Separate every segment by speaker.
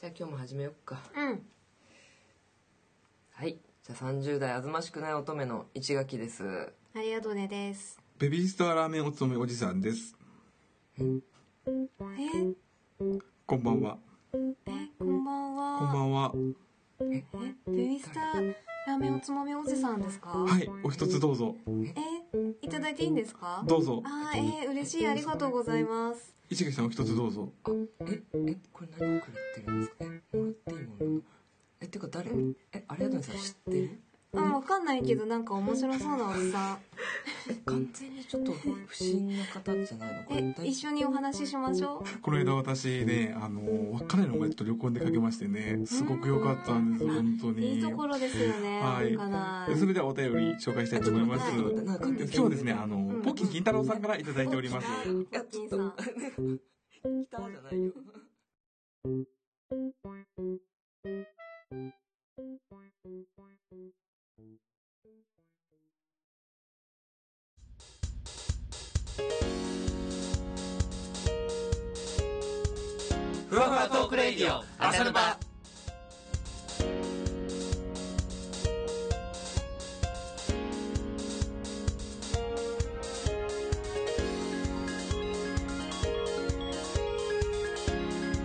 Speaker 1: じゃあ今日も始めよっか
Speaker 2: うん
Speaker 1: はいじゃあ30代あずましくない乙女の一垣です
Speaker 2: ありがとうねです
Speaker 3: ベビースターラーメンおつめおじさんです。
Speaker 2: えー
Speaker 3: こんばんは。
Speaker 2: えーこんばんは
Speaker 3: こんばんは。
Speaker 2: えベビースターラーメンおつまみおじさんですか
Speaker 3: はい、お一つどうぞ。
Speaker 2: えーいただいていいんですか
Speaker 3: どうぞ。
Speaker 2: あーえー嬉しいありがとうございます
Speaker 3: 石垣さんお一つどうぞ。
Speaker 1: あええこれ何くれてるんですかえもらっていいものなのえってか誰えありがとうねさん知ってる
Speaker 2: うんわかんないけどなんか面白そうなおじさん
Speaker 1: え完全にちょっと不審な方じゃないのこれ
Speaker 2: え
Speaker 1: 大
Speaker 2: 一緒にお話ししましょ
Speaker 3: この間私ね、あの、稚内の前と旅行に出かけましてね、すごく良かったんです、本当
Speaker 2: ういい
Speaker 3: に
Speaker 2: と。ころですよね
Speaker 3: はい
Speaker 2: わかんな
Speaker 3: それではお便り紹介したいと思います。
Speaker 2: あちょっと待
Speaker 3: 今
Speaker 1: なんか
Speaker 3: 日はですね、あの、ポッキン金太郎さんからいただいております。
Speaker 1: いやちょっと
Speaker 2: ポ
Speaker 1: ね
Speaker 2: ッキ
Speaker 1: ギターじゃないよ
Speaker 4: ふわふわトークレイディオ朝ルバ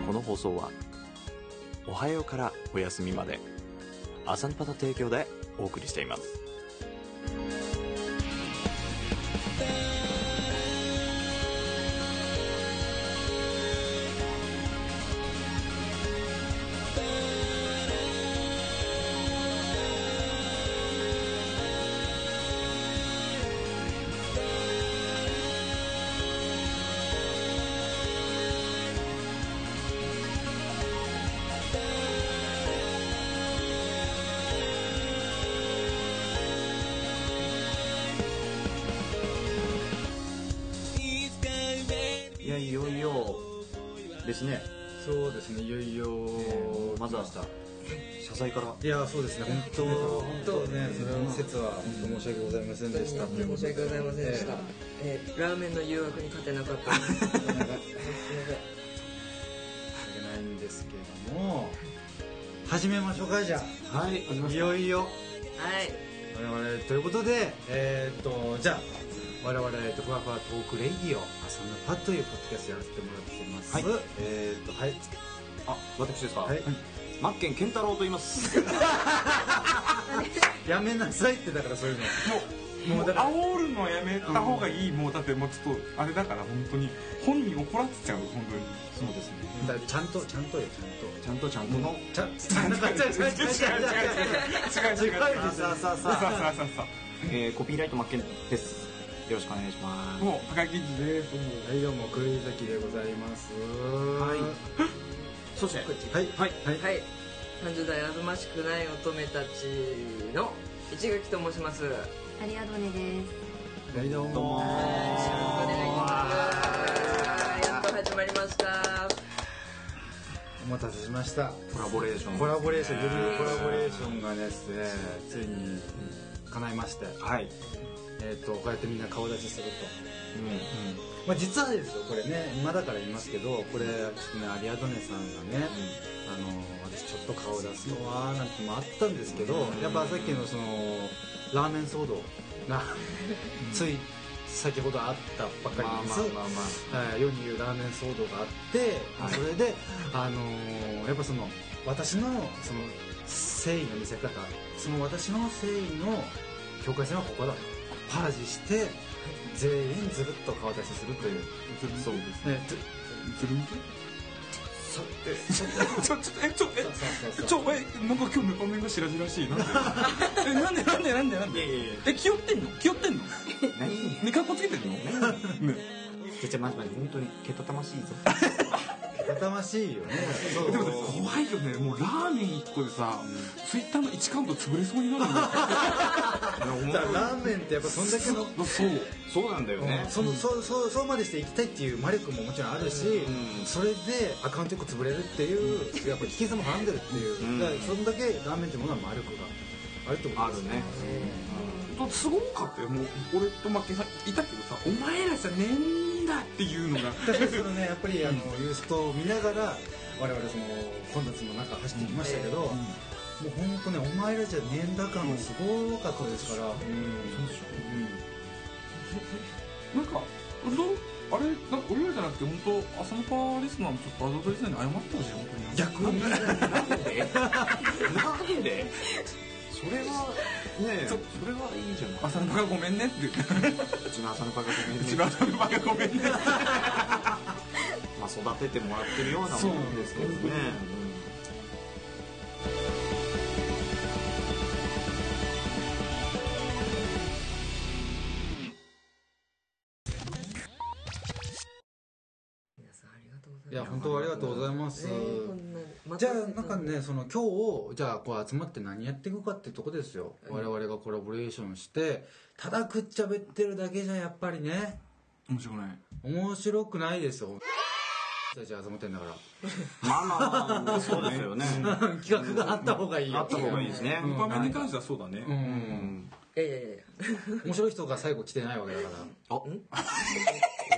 Speaker 4: この放送はおはようからお休みまで朝ルバの提供でお送りしていますいやいよいよですね
Speaker 5: そうですね、いよいよ、
Speaker 4: まずは謝罪から
Speaker 5: いや、そうですね、本当、本当ね、その説は本当申し訳ございませんでしたっていうこ
Speaker 1: 申
Speaker 5: と
Speaker 1: し
Speaker 5: で。
Speaker 1: 訳ございませんでした
Speaker 5: え
Speaker 1: えーラーメンの誘惑に勝てなか ったですすいません
Speaker 5: え申し訳ないんですけども、始めましょうか、じゃ
Speaker 4: はい
Speaker 5: あ。いよいよ、
Speaker 1: はい
Speaker 5: 我々ということで、えーっと、じゃあ、我々、えっと、ふわふわトークレイディオ、朝のパというポッドキャストやらせてもらってます。
Speaker 4: はい
Speaker 5: えーっと、はい。
Speaker 4: あ私ですか
Speaker 5: はい。
Speaker 4: マッケン健太郎と言いますも
Speaker 5: やめなさいって、だからそういうの。
Speaker 3: もう煽るのやめた方がいい、もうだってもうちょっとあれだから本当に本人怒らせちゃう本当に
Speaker 4: そうですね
Speaker 5: だからちゃんと、ちゃんとよ、ちゃんと。
Speaker 4: ちゃんとちゃんとの、
Speaker 5: ちゃんと、ちゃんと、ちゃんと、ちゃん
Speaker 3: 違
Speaker 5: と、
Speaker 3: う違う違う違う
Speaker 5: さあさあ
Speaker 3: さあ
Speaker 5: さあ
Speaker 3: さあさあさ
Speaker 4: えーコピーライトマッケンですよろしくお願いしま
Speaker 3: あもう赤い生地です
Speaker 5: はい、どうも、栗崎でございます。
Speaker 4: はいすそして
Speaker 5: はい、はい、はい、
Speaker 1: はい30代あずましくない乙女たちの一垣と申しますよろしく
Speaker 2: ありがとうねです
Speaker 5: はい、どう
Speaker 4: どう
Speaker 5: も。
Speaker 1: お
Speaker 4: も
Speaker 1: 願いしますやっと始まりました
Speaker 5: お待たせしました。
Speaker 4: コラボレーション
Speaker 5: コラボレーション、グループコラボレーションがですね、ついに叶いまして、
Speaker 4: はい、
Speaker 5: えっと、こうやってみんな顔出しすると。
Speaker 4: う
Speaker 5: まあ、実はですよ、これね、今だから言いますけど、これ、ちょっとね、アリアドネさんがね、あの私ちょっと顔出すのはなんてのもあったんですけどやっぱさっきのそのラーメン騒動がつい先ほどあったばっかりなんです、
Speaker 4: まあまあま
Speaker 5: はい世に言うラーメン騒動があって、
Speaker 4: はい
Speaker 5: それで、あのーやっぱその私のその誠意の見せ方その私の誠意の境界線はここだとパージして全員ずるっと顔出しするという、
Speaker 3: ん
Speaker 4: そうです
Speaker 5: ね、ず
Speaker 3: つるんけ
Speaker 5: さてそ
Speaker 3: ちょ、ちょ、え、ちょ、え
Speaker 5: う、そうそう
Speaker 3: ちょ、え、なんか今日メカメがしらじらしい。 なんでえ、なんでなんでなんでなん
Speaker 4: い
Speaker 3: で
Speaker 4: やいやいや
Speaker 3: え、気負ってんの気負ってんの
Speaker 4: 何
Speaker 3: メカッコつけてんのね。
Speaker 4: ちゃちゃまじまじ本当にけたたましいぞ
Speaker 5: やかましいよねそう
Speaker 3: でもさ、怖いよね。もうラーメン一個でさ、ツイッターの一カウント潰れそうになるんだよ
Speaker 5: だからラーメンってやっぱそんだけの、
Speaker 3: そう。
Speaker 4: そうなんだよね
Speaker 5: そのそうそうそうまでしていきたいっていう魔力ももちろんあるし、
Speaker 4: うん
Speaker 5: それでアカウント1個潰れるっていう、やっぱ引きずもはんでるっていう、
Speaker 4: うん
Speaker 5: だからそんだけラーメンってものは魔力があるってこと
Speaker 4: あ
Speaker 5: です
Speaker 4: るね
Speaker 3: とすごかったよ。もう、俺と負けさんいたけどさ、お前らさ、ねえんだっていうのが。
Speaker 5: だからそのねやっぱりあのユーストを見ながら我々その混雑の中走ってきましたけど、も
Speaker 3: うん
Speaker 5: う本当ねお前らじゃねえんだ感がすごかったですから、うん
Speaker 3: そうでしょなんか、うどんあれ、なんか俺らじゃなくて、本当浅野パーリスナーもちょっとアドトリスナーに謝ってほしい、本当に。
Speaker 5: 逆に
Speaker 4: なんでそれは
Speaker 5: ね
Speaker 4: ちょそれはいいじゃない
Speaker 3: 浅野パがごめんねって言って、
Speaker 4: うちの浅野パがごめん
Speaker 3: うちの浅野パがごめんね。
Speaker 4: まあ、育ててもらってるようなもんですけどね
Speaker 5: そう
Speaker 1: 皆さんありがとうございます
Speaker 5: いや本当ありがとうございます、
Speaker 1: えーこんなま
Speaker 5: じゃ
Speaker 1: た
Speaker 5: あなんかねその今日じゃあこう集まって何やっていくかってとこですよ、我々がコラボレーションしてただくっちゃべってるだけじゃやっぱりね
Speaker 3: 面白くない。
Speaker 5: 面白くないですよじゃあ集まってんだか
Speaker 4: まあまあまあそうですよね
Speaker 5: ら 企画があった方がいいよ
Speaker 4: あった方がいいですね、
Speaker 3: 場面に関してはそうだね。
Speaker 5: うん、
Speaker 1: いやいやいやいや
Speaker 5: 面白い人が最後来てないわけだから
Speaker 4: あ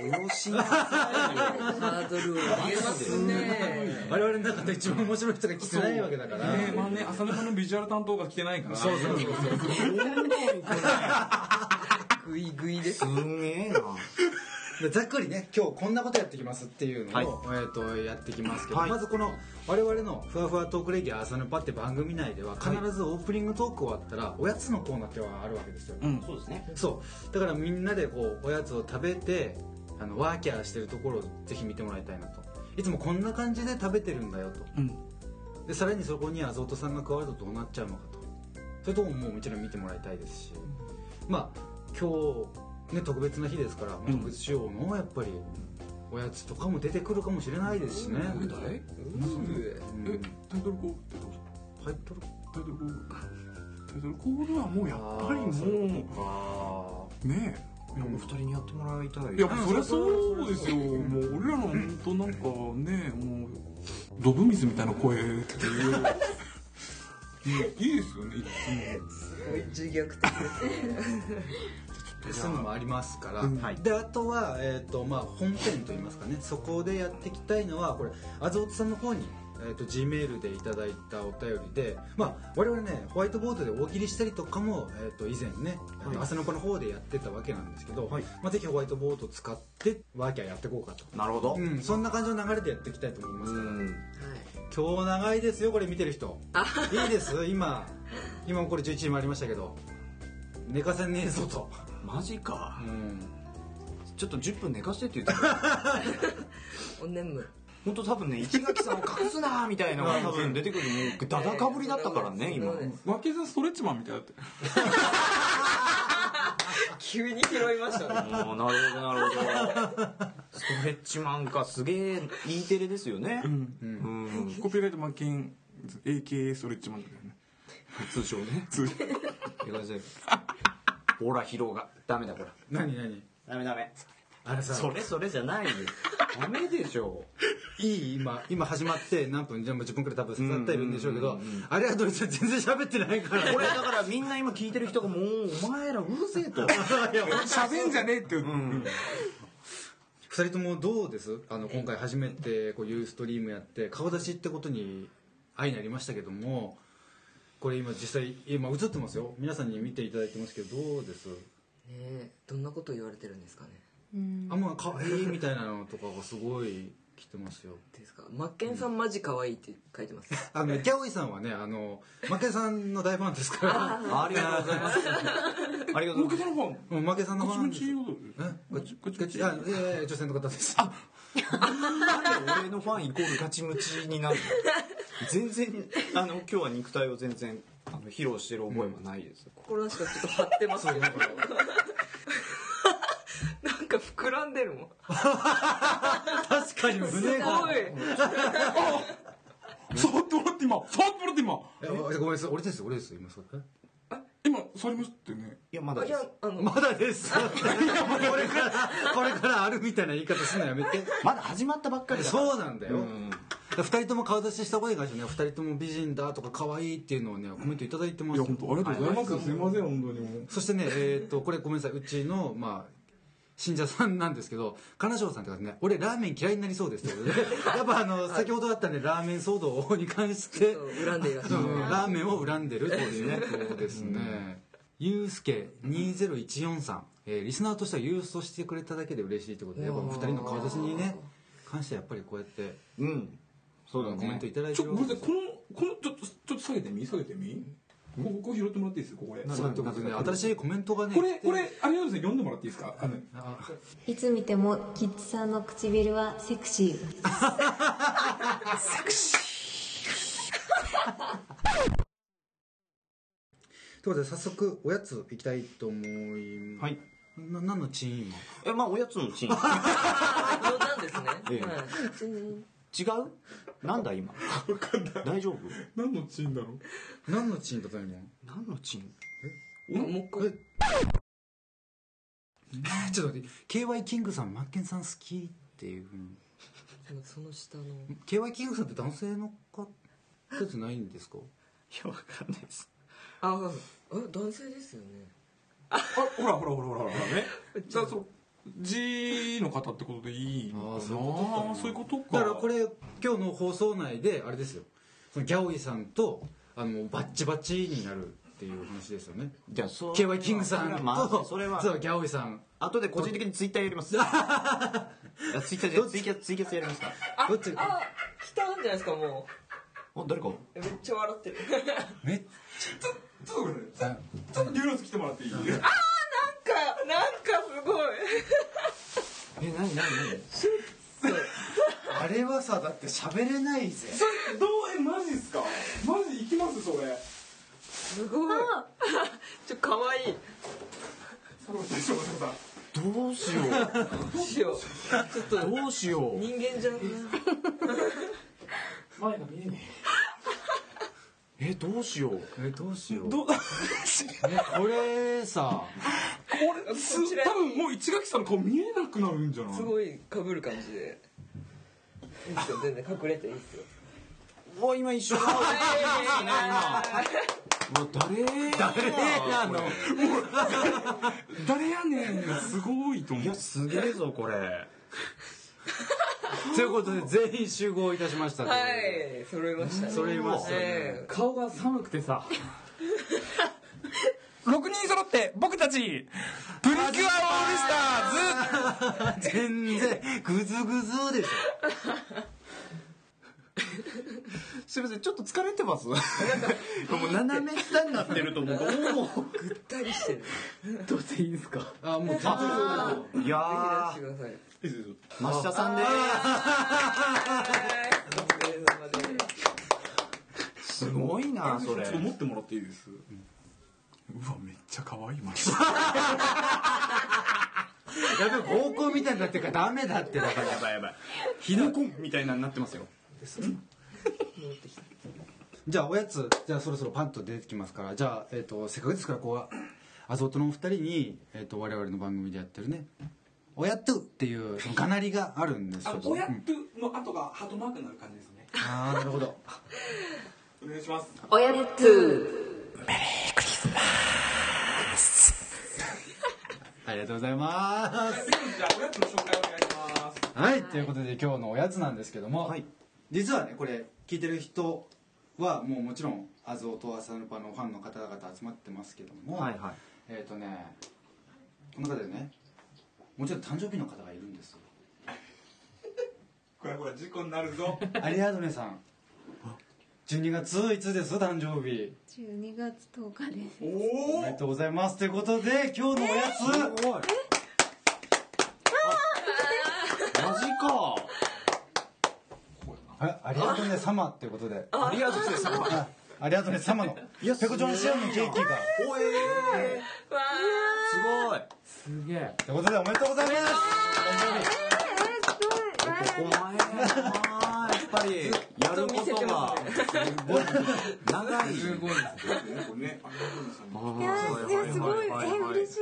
Speaker 4: およしなさいよ
Speaker 1: ハードルを上げますね
Speaker 5: 我々の中で一番面白い人が来てないわけだから
Speaker 3: ねまあね、浅野パのビジュアル担当が来てないから。
Speaker 5: そうそうそう
Speaker 1: グイグイです
Speaker 4: すんげえな
Speaker 5: でざっくりね今日こんなことやってきますっていうのを、
Speaker 4: はい
Speaker 5: えー、とやってきますけど、
Speaker 4: はい
Speaker 5: まずこの我々の「ふわふわトークレギュア朝のパ」って番組内では必ずオープニングトーク終わったらおやつのコーナーってのがあるわけですよ、
Speaker 3: うん。
Speaker 4: そうですね
Speaker 5: そうだからみんなでこうおやつを食べてあのワーキャーしてるところをぜひ見てもらいたいなといつもこんな感じで食べてるんだよと
Speaker 3: うん。
Speaker 5: でさらにそこにアゾートさんが加わるとどうなっちゃうのかとそれとももうもちろん見てもらいたいですしまあ今日ね特別な日ですから、まあ
Speaker 3: うん
Speaker 5: 特別仕様のやっぱりおやつとかも出てくるかもしれないですしね、うん
Speaker 3: 誰え、タイトルコールってどうぞ
Speaker 5: 入っとる
Speaker 3: タイトルコール。タイトルコールはもうやっぱり
Speaker 5: あーそうい
Speaker 3: も
Speaker 5: か
Speaker 3: う、ねえ。
Speaker 4: お二人にやってもらいたい
Speaker 3: いや、そりゃそうですよ。もう、俺らの本当なんかね、もう、ドブ水みたいな声っていう。ねいいですよね、いつ
Speaker 1: すごい自虐的ですね
Speaker 5: そういうのもありますから、
Speaker 3: うん
Speaker 5: はいであとは、えーとまあ、本編といいますかねそこでやっていきたいのはこれあずおとさんの方に、えー、と G メールでいただいたお便りで、まあ、我々ねホワイトボードで大喜利したりとかも、えー、と以前ね、あの朝の子の方でやってたわけなんですけど、
Speaker 4: はい
Speaker 5: まあ、ぜひホワイトボードを使ってワーキャーやっていこうかと、
Speaker 4: なるほど
Speaker 5: うん、そんな感じの流れでやっていきたいと思いますから、
Speaker 4: うん
Speaker 5: 今日長いですよこれ見てる人いいです今今もこれ11時もありましたけど寝かせねえぞと、
Speaker 4: マジか
Speaker 5: うん
Speaker 4: ちょっと10分寝かしてって言ってた
Speaker 1: お眠
Speaker 4: 本当多分ね市垣さんを隠すなーみたいなのが多分出てくるもうダダかぶりだったからね今
Speaker 3: も。わけさストレッチマンみたいだって。
Speaker 1: 急に拾いましたね
Speaker 4: もうなるほどなるほどストレッチマンかすげえ E テレですよね
Speaker 3: うん。
Speaker 4: うん
Speaker 3: コピーライトマッキン、AKA ストレッチマンだよね。
Speaker 4: 通称ね
Speaker 3: 通
Speaker 4: 江川先生ほら疲労がダメだこら
Speaker 5: 何何
Speaker 4: ダメダメ
Speaker 5: あれさ
Speaker 4: それそれじゃないよダメでしょ
Speaker 5: いい今今始まって何分じゃあもう10分くらい多分経っているんでしょうけど
Speaker 4: うんうんうん
Speaker 5: あれはどれさん全然喋ってないから
Speaker 4: これだからみんな今聞いてる人がもうお前らうるせえと
Speaker 3: 喋んじゃねえって言って。
Speaker 5: 2人ともどうですあの今回初めてこうユーストリームやって顔出しってことに愛になりましたけどもこれ今実際今映ってますよ皆さんに見ていただいてますけどどうです
Speaker 1: えどんなこと言われてるんですかね
Speaker 5: あんま可愛いみたいなのとかがすごい来てますよ
Speaker 1: ですかマッケンさんマジ可愛いって書いてます
Speaker 5: あのねギャオイさんはねあの負けさんの大ファンですから
Speaker 4: ありがとうございますありがとう
Speaker 3: 大
Speaker 4: ござ
Speaker 3: けさの
Speaker 4: います
Speaker 3: ファン。
Speaker 5: うん負けさんのファン
Speaker 3: こっ
Speaker 5: です
Speaker 3: ち
Speaker 5: よ
Speaker 3: こっちこ
Speaker 5: えこっちこっ
Speaker 3: っちこ
Speaker 5: ちこ
Speaker 3: っ
Speaker 5: っち
Speaker 3: ち
Speaker 5: あいやいや女性の方ですあ
Speaker 4: なんで俺のファンイコールガチムチになるの全然あの今日は肉体を全然あの披露してる覚えはないです、
Speaker 1: 心なしかちょっと張ってますけど なんか膨らんでるもん
Speaker 5: 確かに
Speaker 1: すご
Speaker 5: 胸
Speaker 1: い
Speaker 5: が
Speaker 3: 触ってもらって今、触ってもらって今。
Speaker 5: えごめんなさい俺です俺です今それ
Speaker 3: 今、触りましたよね。
Speaker 4: いやまだ
Speaker 1: い
Speaker 4: で
Speaker 1: や
Speaker 4: す
Speaker 1: あの
Speaker 5: まだです これからこれからあるみたいな言い方するのやめて
Speaker 4: まだ始まったばっかりだから
Speaker 5: そうなんだよ、
Speaker 4: ん
Speaker 5: 2人とも顔出しした方がいいからね2人とも美人だとか可愛いっていうのをねコメントいただいてま
Speaker 3: い
Speaker 5: す
Speaker 3: や、
Speaker 5: よ
Speaker 3: 本当ありがとうございます。すいません、本当にもう。
Speaker 5: そしてねえっ、とこれごめんなさいうちのまあ信者さんなんですけど、金城さんって方ね、俺ラーメン嫌いになりそうです ということで、やっぱあの、先ほどあったね、ラーメン騒動に関して、
Speaker 1: 恨んでいらっしゃる
Speaker 5: うんラーメンを恨んでるということですね。ゆうすけ2014さん、えーリスナーとしては郵送してくれただけで嬉しいってことで、やっぱお二人の顔出しにね、感謝やっぱりこうやって、
Speaker 4: うん
Speaker 5: そうだ、コメントいただい
Speaker 6: ち
Speaker 5: て
Speaker 6: ょ
Speaker 5: る
Speaker 6: ごめんなさいこのこのちょっとちょっと下げてみ下げてみここここ拾ってもらっていいですかこれ
Speaker 5: そうってことで、新しいコメントがね、
Speaker 6: これこれあれなんですね読んでもらっていいですかあの
Speaker 5: あ
Speaker 2: いつ見てもキッズさんの唇はセクシー
Speaker 5: ということで早速おやついきたいと思いま
Speaker 4: は
Speaker 5: す
Speaker 4: い
Speaker 5: な何のチーン今
Speaker 4: えまあおやつのチン
Speaker 1: 冗談ですね、
Speaker 4: ええ
Speaker 1: はい
Speaker 4: 違うなんだ今大丈夫
Speaker 6: 何のチーンだろう
Speaker 5: 何のチーンだったの今
Speaker 4: 何のチン
Speaker 1: もうもう一回
Speaker 5: え ちょっと待って KY キングさんマッケンさん好きっていうふうに
Speaker 1: そのその下の
Speaker 5: KY キングさんって男性の方じゃないんですか
Speaker 4: いやわかんないです
Speaker 1: あわかんないえ男性ですよね
Speaker 6: あほらほらほらほらほらね じゃあそう G の方ってことでいいのかな
Speaker 5: あー
Speaker 6: そういうことか
Speaker 5: だからこれ今日の放送内であれですよそのギャオイさんとあのバッチバチになるっていう話ですよね
Speaker 4: じゃあそう
Speaker 5: KY キングさんと、
Speaker 4: まあそれは
Speaker 5: そうギャオイさん
Speaker 4: 後で個人的にツイッターやりますいやツイッターじゃツイキャツイキャスやりますか
Speaker 5: どっち
Speaker 1: あ来たんじゃないですかも
Speaker 4: お誰か
Speaker 1: うえめっちゃ笑ってる
Speaker 5: めっ
Speaker 6: ちょっと待ってちょちょっとニューロス来てもらっていい
Speaker 1: かなんかすごい
Speaker 4: え何何何
Speaker 5: あれはさだって喋れないぜ
Speaker 6: どうえマジっすかマジ行きますそれ
Speaker 1: すごい ちょ可愛い
Speaker 6: それは大丈夫さん
Speaker 4: どうしよう
Speaker 1: どうしようちょっと
Speaker 4: どうしよう
Speaker 1: 人間じゃん
Speaker 4: えどうしよう
Speaker 5: えどうしようねこれさ
Speaker 6: 俺す
Speaker 1: こちら
Speaker 6: 多分もう市垣さんの顔見えなくなるんじゃない
Speaker 1: すごい被る感じでいいっすよ全然隠れていいっすよ
Speaker 4: お今一緒だうわ 誰誰なの
Speaker 6: 誰やねんすごいと思
Speaker 4: いうやすげえぞこれ
Speaker 5: ということで全員集合いたしましたと
Speaker 1: は
Speaker 5: いう
Speaker 1: い揃いましたね
Speaker 5: 揃いましたね
Speaker 1: ええ
Speaker 3: 顔が寒くてさ6人揃って僕たちプリキュアオールスターズ
Speaker 5: ことで全然グズグズでし
Speaker 4: すいませんちょっと疲れてます もう斜め下になってると思う
Speaker 1: ぐったりしてる
Speaker 3: どうしていいですか
Speaker 5: ょあもうあ
Speaker 4: いや
Speaker 1: ぜひ出してください
Speaker 4: ー増田さんで
Speaker 1: お疲れ様です
Speaker 4: すごいなそれ
Speaker 6: ちょっと持ってもらっていいです、うわめっちゃ可愛いマ ジ
Speaker 5: やべ合コンみたいになってるからダメだってだから
Speaker 4: やばいやばいひなこんみたいなになってますよ
Speaker 5: じゃあおやつじゃあそろそろパンと出てきますからじゃあ、えっとせっかくですからこうはアゾートのお二人に、えっと我々の番組でやってるね「おやっと」っていうそのがなりがあるんですけどうん
Speaker 6: との後がハートマークになる感じですね
Speaker 5: ああなるほど
Speaker 6: お願いします
Speaker 2: おやつー
Speaker 5: ありがとうございます
Speaker 6: じゃあおやつの紹介お願いします
Speaker 5: はい、ということで今日のおやつなんですけども、実はねこれ聞いてる人はもうもちろんアズオとアサルパのファンの方々集まってますけども、
Speaker 4: はいはい
Speaker 5: えっ、とねこの中でねもちろん誕生日の方がいるんですよ
Speaker 6: これこれ事故になるぞ
Speaker 5: アリアドネさん12月いつです誕生日
Speaker 2: 12月10日です
Speaker 6: お
Speaker 5: お
Speaker 6: お
Speaker 5: めでとうございますということで今日のおやつ、
Speaker 4: マジか
Speaker 5: あアリアドネ様っていうことで
Speaker 4: ありがとうございます
Speaker 5: あアリアドネ様のペコジョンシアンのケーキが
Speaker 4: お
Speaker 1: わ
Speaker 4: えすごい
Speaker 3: すげえ
Speaker 5: ということでおめでとうございます
Speaker 4: ここ前やなぱりやることが長い
Speaker 6: すごいですね。
Speaker 2: いやーいやすごいえ嬉しい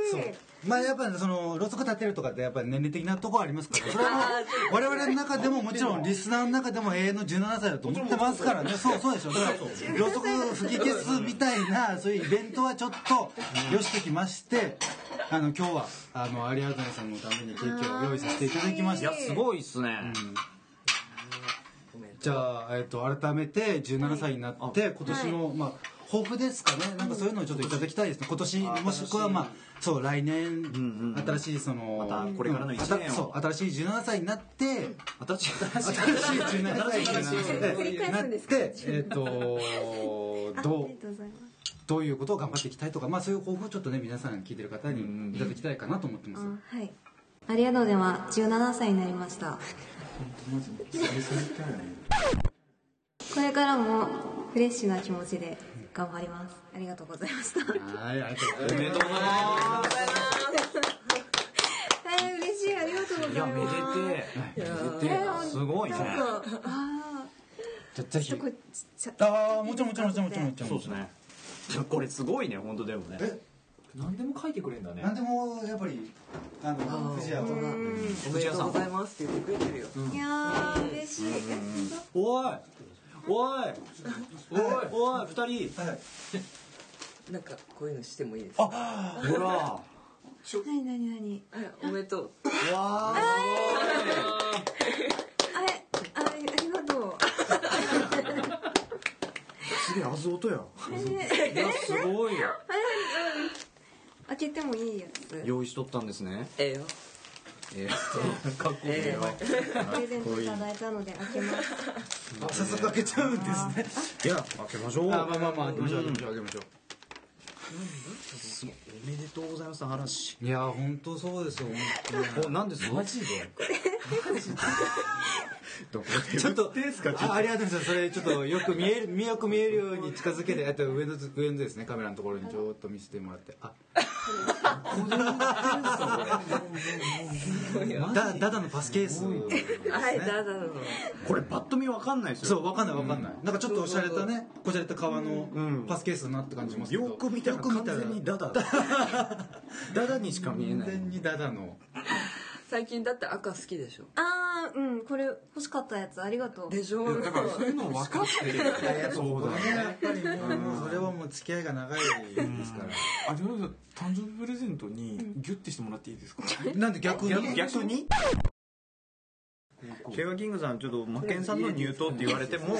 Speaker 5: まあやっぱそのろうそく立てるとかってやっぱ年齢的なとこありますからそれはも う我々の中でももちろんリスナーの中でも永遠の17歳だと思ってますからねそうそうでしょだからろうそく吹き消すみたいなそういうイベントはちょっとよしてきましてあの今日はあの有原谷さんのためにケーキを用意させていただきまし
Speaker 4: い
Speaker 5: た
Speaker 4: やすごいっすね、
Speaker 5: じゃあ、えっと、改めて17歳になって、今年の、まあ、抱負ですかね。なんかそういうのをちょっといただきたいですね。今年、もしくは、まあ、そう、来年、
Speaker 4: んうん
Speaker 5: 新しい、その、
Speaker 4: またこれからの一年を
Speaker 5: うんそう、新しい17歳になって、
Speaker 4: 新しい新し
Speaker 5: 新
Speaker 4: い
Speaker 5: しい17歳
Speaker 2: 繰り
Speaker 5: に
Speaker 2: 返
Speaker 5: な
Speaker 2: す
Speaker 5: っ
Speaker 2: んですか
Speaker 5: て、えっ と、
Speaker 2: あ
Speaker 5: どう
Speaker 2: ありが、とうございます
Speaker 5: どういうことを頑張っていきたいとか、まあそういう抱負をちょっとね、皆さん聞いてる方にいただきたいかなと思ってます。
Speaker 2: あはいありがとうでは17歳になりましたこれからもフレッシュな気持ちで頑張りますありがとうございました
Speaker 5: はい、ありがとうございます。
Speaker 2: えー嬉しいありがとうございます
Speaker 4: いやめでてえめでてえすごいね
Speaker 2: なんかあ
Speaker 5: じゃあぜ
Speaker 2: ーちょっ
Speaker 5: ひ
Speaker 2: とこ。うちょちょ
Speaker 5: ああ、もちろんもちろんもちろんもちろんもちろん。
Speaker 4: そうですねいやこれすごいね本当でもね
Speaker 1: 何でも書いてくれんだね
Speaker 5: なんでもやっぱりあの藤谷は
Speaker 1: おめでとうございますって言ってくれてるよ
Speaker 2: いやー嬉しい
Speaker 4: おいおいおいおい二人
Speaker 1: なんかこういうのしてもいいです
Speaker 4: ほらわ
Speaker 2: なになになに
Speaker 1: はいおめでとう
Speaker 4: あ
Speaker 2: あれあれありがとう
Speaker 4: すげえあず音や
Speaker 2: え
Speaker 4: いやすごい
Speaker 2: 開けてもいいやつ
Speaker 4: 用意しとったんですね
Speaker 1: ええよ
Speaker 4: ええ かっこいいよ
Speaker 2: プレゼントいただいたので開けます
Speaker 5: 早速開けちゃうんですね
Speaker 4: いや開けましょう
Speaker 5: あまあまあまあ開けましょう開けましょう開けましょ
Speaker 4: おめでとうございますの話
Speaker 5: ういやー本当そうですよ
Speaker 4: お何ですマジで
Speaker 5: ちょっとあありがとうございますそれちょっとよく見えるよく見えるように近づけてあと上の上のですねカメラのところにちょっと見せてもらってあ だダダのパスケース
Speaker 1: はいだだだだ
Speaker 4: これパッと見わかんないです
Speaker 5: そ
Speaker 4: よ
Speaker 5: うわかんないわかんないなんかちょっとおしゃれたねこじゃれた革のパスケースだなって感じしますけど
Speaker 4: よく見たら
Speaker 5: よく見
Speaker 4: 完
Speaker 5: たら
Speaker 4: 全にダ ダダダにしか見え
Speaker 5: 完
Speaker 4: ない
Speaker 5: 全にダダの
Speaker 1: 最近だって赤好きでしょ
Speaker 2: あーうんこれ欲しかったやつありがとう
Speaker 1: でしょ
Speaker 6: だからそういうの分かってる。
Speaker 4: そうだ
Speaker 5: ねやっぱりもうそれはもう付き合いが長いですから
Speaker 6: あ、じゃあ誕生日プレゼントにギュッてしてもらっていいですか。
Speaker 5: なんで逆に
Speaker 4: 逆にシェーガーキングさんちょっとマケンさんの入党って言われてもあ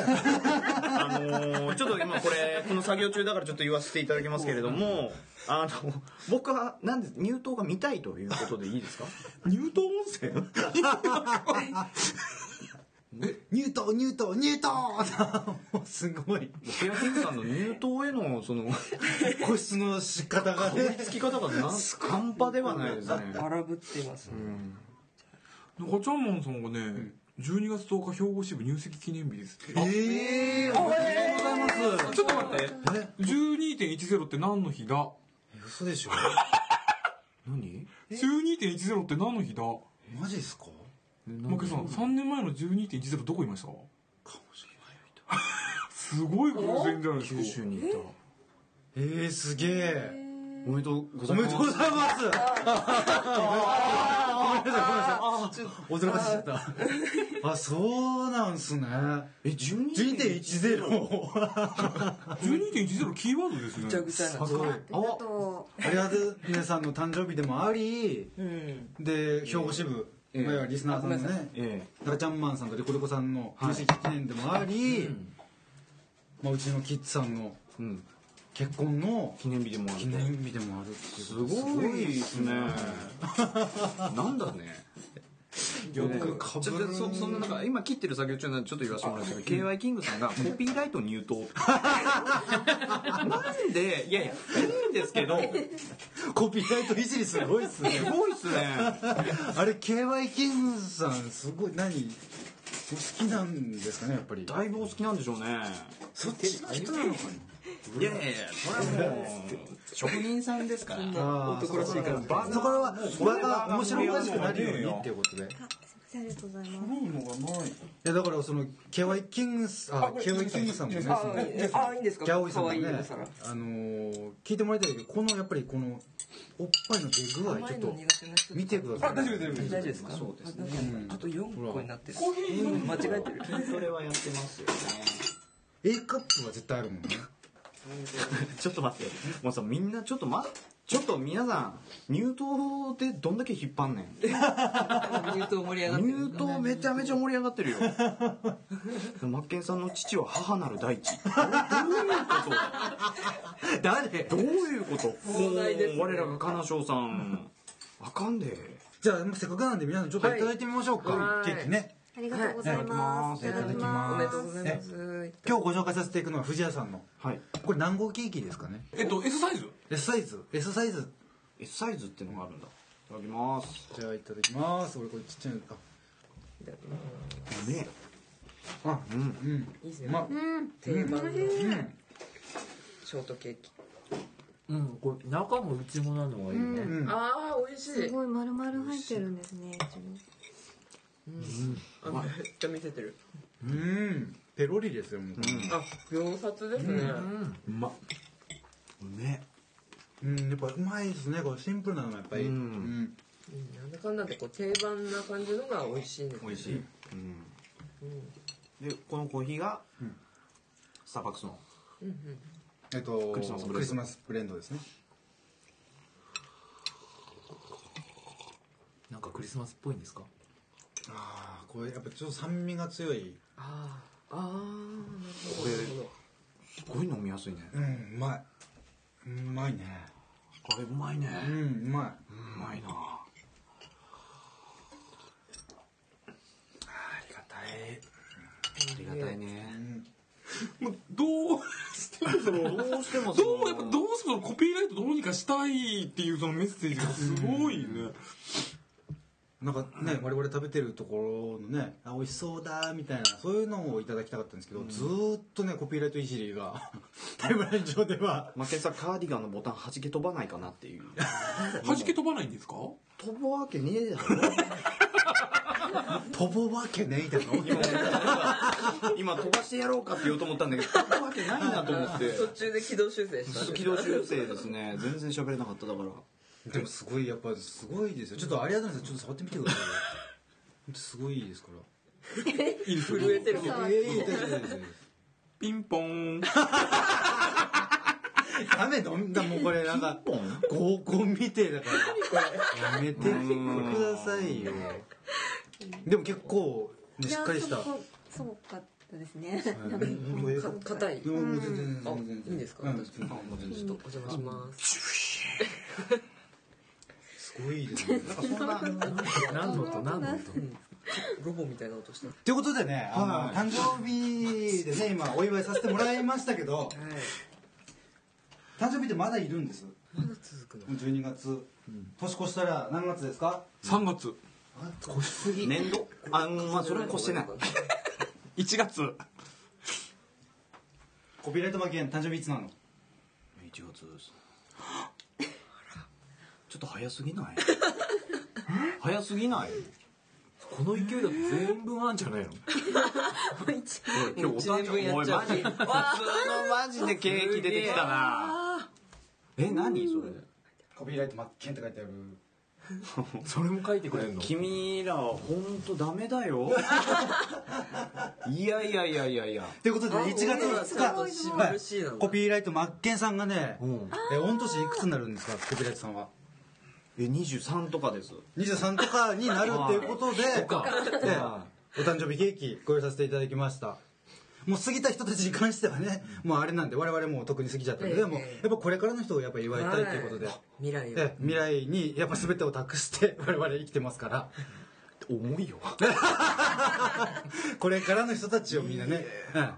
Speaker 4: のーちょっと今これこの作業中だからちょっと言わせていただきますけれどもあの僕はなんで入党が見たいということでいい ですか入党温泉
Speaker 5: ニュートンニュートンニュートンもうすごい
Speaker 4: シェーガーキングさんの入党へのその
Speaker 5: 個室の仕方がね
Speaker 4: つき方がなん半端ではないですね
Speaker 1: 荒ぶっています
Speaker 6: 中ちゃんまんさんがね、12月10日兵庫支部入籍記念日ですって。
Speaker 5: ええー、おめでとうございます
Speaker 6: ちょっと待って。
Speaker 5: え
Speaker 6: 12.10って何の日だ
Speaker 5: 嘘 でしょ
Speaker 4: 何
Speaker 6: ?12.10 って何の日だ
Speaker 5: マジですか
Speaker 6: マケさん、3年前の12.10どこいましたすごい偶然じゃないですか。
Speaker 4: 九州にいた
Speaker 5: えー、すげえ
Speaker 4: おめでとうご
Speaker 5: お
Speaker 4: ざい
Speaker 5: め
Speaker 4: ま
Speaker 5: ですとうございますごめんなさいごめんなさいちょっと驚かせちゃったあそうなんすね
Speaker 4: え12
Speaker 5: 12.10
Speaker 6: 12.10キーワードですね
Speaker 1: ぐちゃ。ぐちゃな
Speaker 5: ごい
Speaker 2: ありがとう
Speaker 5: 有原姉さんの誕生日でもあり
Speaker 1: うん
Speaker 5: で兵庫支部、
Speaker 4: ええ
Speaker 5: まあ要はリスナーさんの
Speaker 1: あごめん
Speaker 5: ね
Speaker 4: ええ
Speaker 5: 中ちゃんマンさんとリコリコさんの入籍記念でもあり、まあ、うちのキッズさんの
Speaker 4: うん
Speaker 5: 結婚の
Speaker 4: 記念日でもある
Speaker 5: 記念日でもあるっていう
Speaker 4: すごいです ね。なんだね。よくかぶるそそんな中今切ってる作業中なんでちょっと言わせてもらうんですけど KY キングさんがコピーライト入刀なんでいやいやいいんですけど
Speaker 5: コピーライトいじりすごいっすね
Speaker 4: すごいっすね
Speaker 5: あれ KY キングさんすごい何お好きなんですかねやっぱり
Speaker 4: だいぶお好きなんでしょうね
Speaker 5: そっちの人なのか
Speaker 4: いやいやいやそれはもう職人さんですから
Speaker 5: なああ
Speaker 1: 男らしいから
Speaker 5: そこらはそこらは面白おかしくなるようにっていうことで
Speaker 2: ありがとうございます。
Speaker 3: 頼むのがない
Speaker 5: やだからそのケワイキングスあケワイキングさんもねそ
Speaker 1: あ
Speaker 5: の
Speaker 1: ーあーいいんですか
Speaker 5: ギャオイさ
Speaker 1: か
Speaker 5: んも
Speaker 1: わいい
Speaker 5: ね
Speaker 1: 今更
Speaker 5: あのー聞いてもらいたいけどこのやっぱりこのおっぱいの出具合
Speaker 1: 甘
Speaker 5: ちょ
Speaker 1: い
Speaker 5: っ
Speaker 1: の
Speaker 5: と
Speaker 1: 苦手な人
Speaker 5: 見てください
Speaker 3: あ大丈夫大丈
Speaker 1: 大
Speaker 3: 夫
Speaker 1: 丈夫ですか
Speaker 4: そうです
Speaker 1: あなんかあと4個になってる間違えてる
Speaker 4: 筋トレはやってますよね
Speaker 5: A カップは絶対あるもんね
Speaker 4: ちょっと待ってもうさみんなちょっと待ってちょっと皆さん入党でどんだけ引っ張んねん
Speaker 1: 入刀盛り上がってる
Speaker 4: 入党めちゃめちゃ盛り上がってるよマッケンさんの父は母なる大地どういうこと誰どういうこと
Speaker 1: 壮大ですね
Speaker 4: もう我らが金賞さんあかんで
Speaker 5: じゃあせっかくなんで皆さんちょっといただいてみましょうか、
Speaker 1: はい
Speaker 5: ケーキね
Speaker 2: ありがとうございます。
Speaker 5: はい
Speaker 2: いただきま
Speaker 1: お
Speaker 2: す。
Speaker 1: めでとうございます
Speaker 5: 今日ご紹介させていくのは藤谷さんの
Speaker 4: はい
Speaker 5: これ何号ケーキですかね
Speaker 3: えっと S サイズ
Speaker 5: S サイズ S サイズ
Speaker 4: S サイズってのがあるんだいただきます
Speaker 5: じゃあいただきます俺これちっちゃいの
Speaker 4: ね
Speaker 5: ああうん
Speaker 1: いいです
Speaker 5: う
Speaker 1: ね
Speaker 5: まっ
Speaker 2: うん。
Speaker 1: 定番の
Speaker 5: うん
Speaker 1: ショートケーキ
Speaker 7: うん、これ中も内もなのがいいね。
Speaker 5: うん
Speaker 1: ああ美味し
Speaker 2: す
Speaker 1: い
Speaker 2: ごい丸々入ってるんですね。
Speaker 1: あめっちゃ見せてる
Speaker 5: うんペロリですよもう
Speaker 1: あ秒殺ですね
Speaker 4: うまっうめえ
Speaker 5: うん、やっぱうまいですねこれシンプルなのがやっぱり
Speaker 4: うん
Speaker 5: うん
Speaker 1: うんなんだかんだでこう定番な感じのが美味しいです
Speaker 4: 美味しい、うん、でこのコーヒーが、スターバックスの
Speaker 5: えっと
Speaker 4: クリスマスブレンド
Speaker 5: クリスマスブレンドですね
Speaker 7: なんかクリスマスっぽいんですか
Speaker 5: ああこれやっぱちょっと酸味が強い
Speaker 1: ああああ
Speaker 4: これすごい飲みやすいね
Speaker 5: うんうまいうまいね
Speaker 4: これうまいね
Speaker 5: うんうまいう
Speaker 4: まいなありがたいありがたいね
Speaker 3: もうどうしてもその
Speaker 4: どうしてもそ
Speaker 3: ど
Speaker 4: の
Speaker 3: うやっぱどうしてもそのコピーライトどうにかしたいっていうそのメッセージがすごいね、
Speaker 5: なんかね我々食べてるところのねあ美味しそうだみたいなそういうのをいただきたかったんですけど、ずーっとねコピーライトいじりが タイムライン上では
Speaker 4: マッケンさんカーディガンのボタン弾け飛ばないかなっていう
Speaker 3: 弾け飛ばないんですか
Speaker 4: 飛ぶわけねえだろ
Speaker 5: 飛ぶわけねみたいなの
Speaker 4: 今今飛ばしてやろうかって言おうと思ったんだけど飛ぶわけないなと思 って
Speaker 1: 途中で軌道修正したんで
Speaker 4: 軌道修正ですね全然喋れなかっただから
Speaker 5: でもすごいやっぱすごいですよちょっとアリアドネさんちょっと触ってみてくださいよほんとすごいですから
Speaker 1: 震えてるけど
Speaker 5: ええいいですいいですいいで
Speaker 3: ピンポーン
Speaker 5: すダメ飲んだもうこれなんか合コンみてえだからやめてくださいよでも結構ねしっかりした
Speaker 2: いやそこすごかったです ね。
Speaker 1: か硬い
Speaker 5: いやもう全然
Speaker 1: あ
Speaker 5: 全然全
Speaker 1: いい
Speaker 5: 然
Speaker 1: んですか
Speaker 5: うん
Speaker 1: ちょっとお邪魔します
Speaker 5: すごいですね
Speaker 7: 何度と何度と。
Speaker 1: ロボみたいな音した
Speaker 5: ということでね、あの
Speaker 4: はい
Speaker 5: 誕生日でね今お祝いさせてもらいましたけ ど誕生日ってまだいるんです
Speaker 1: まだ続くの
Speaker 5: 12月、年越したら何月ですか
Speaker 3: 3月
Speaker 4: 年度あうんまあそれは越してない
Speaker 3: 1月
Speaker 5: コピーライト馬券誕生日いつな
Speaker 4: 1
Speaker 5: の
Speaker 4: 月ですちょっと早すぎ ない早すぎない
Speaker 7: この勢いだと全部あんじゃないの
Speaker 4: おい今日お誕生日おいマジ普通のマジでケーキ出てきたなえ何それ
Speaker 5: コピーライト馬券って書いてある
Speaker 7: それも書いてくれんの
Speaker 4: 君らは本当ダメだよいやいやいやいやいや
Speaker 5: ということでね1月2日、
Speaker 1: 嬉しいな
Speaker 5: コピーライトマッケンさんがね、え御年いくつになるんですかコピーライトさんは
Speaker 4: え23とかです
Speaker 5: 23とかになるっていうことで
Speaker 7: か
Speaker 5: ええお誕生日ケーキご用意させていただきましたもう過ぎた人たちに関してはねもうあれなんで我々もう特に過ぎちゃったの
Speaker 1: え
Speaker 5: で、
Speaker 1: え
Speaker 5: もうやっぱこれからの人をやっぱ祝いたいということで、
Speaker 1: 未来を
Speaker 5: ええ未来にやっぱ全てを託して我々生きてますから
Speaker 4: 重いよ
Speaker 5: これからの人たちをみんなね、うん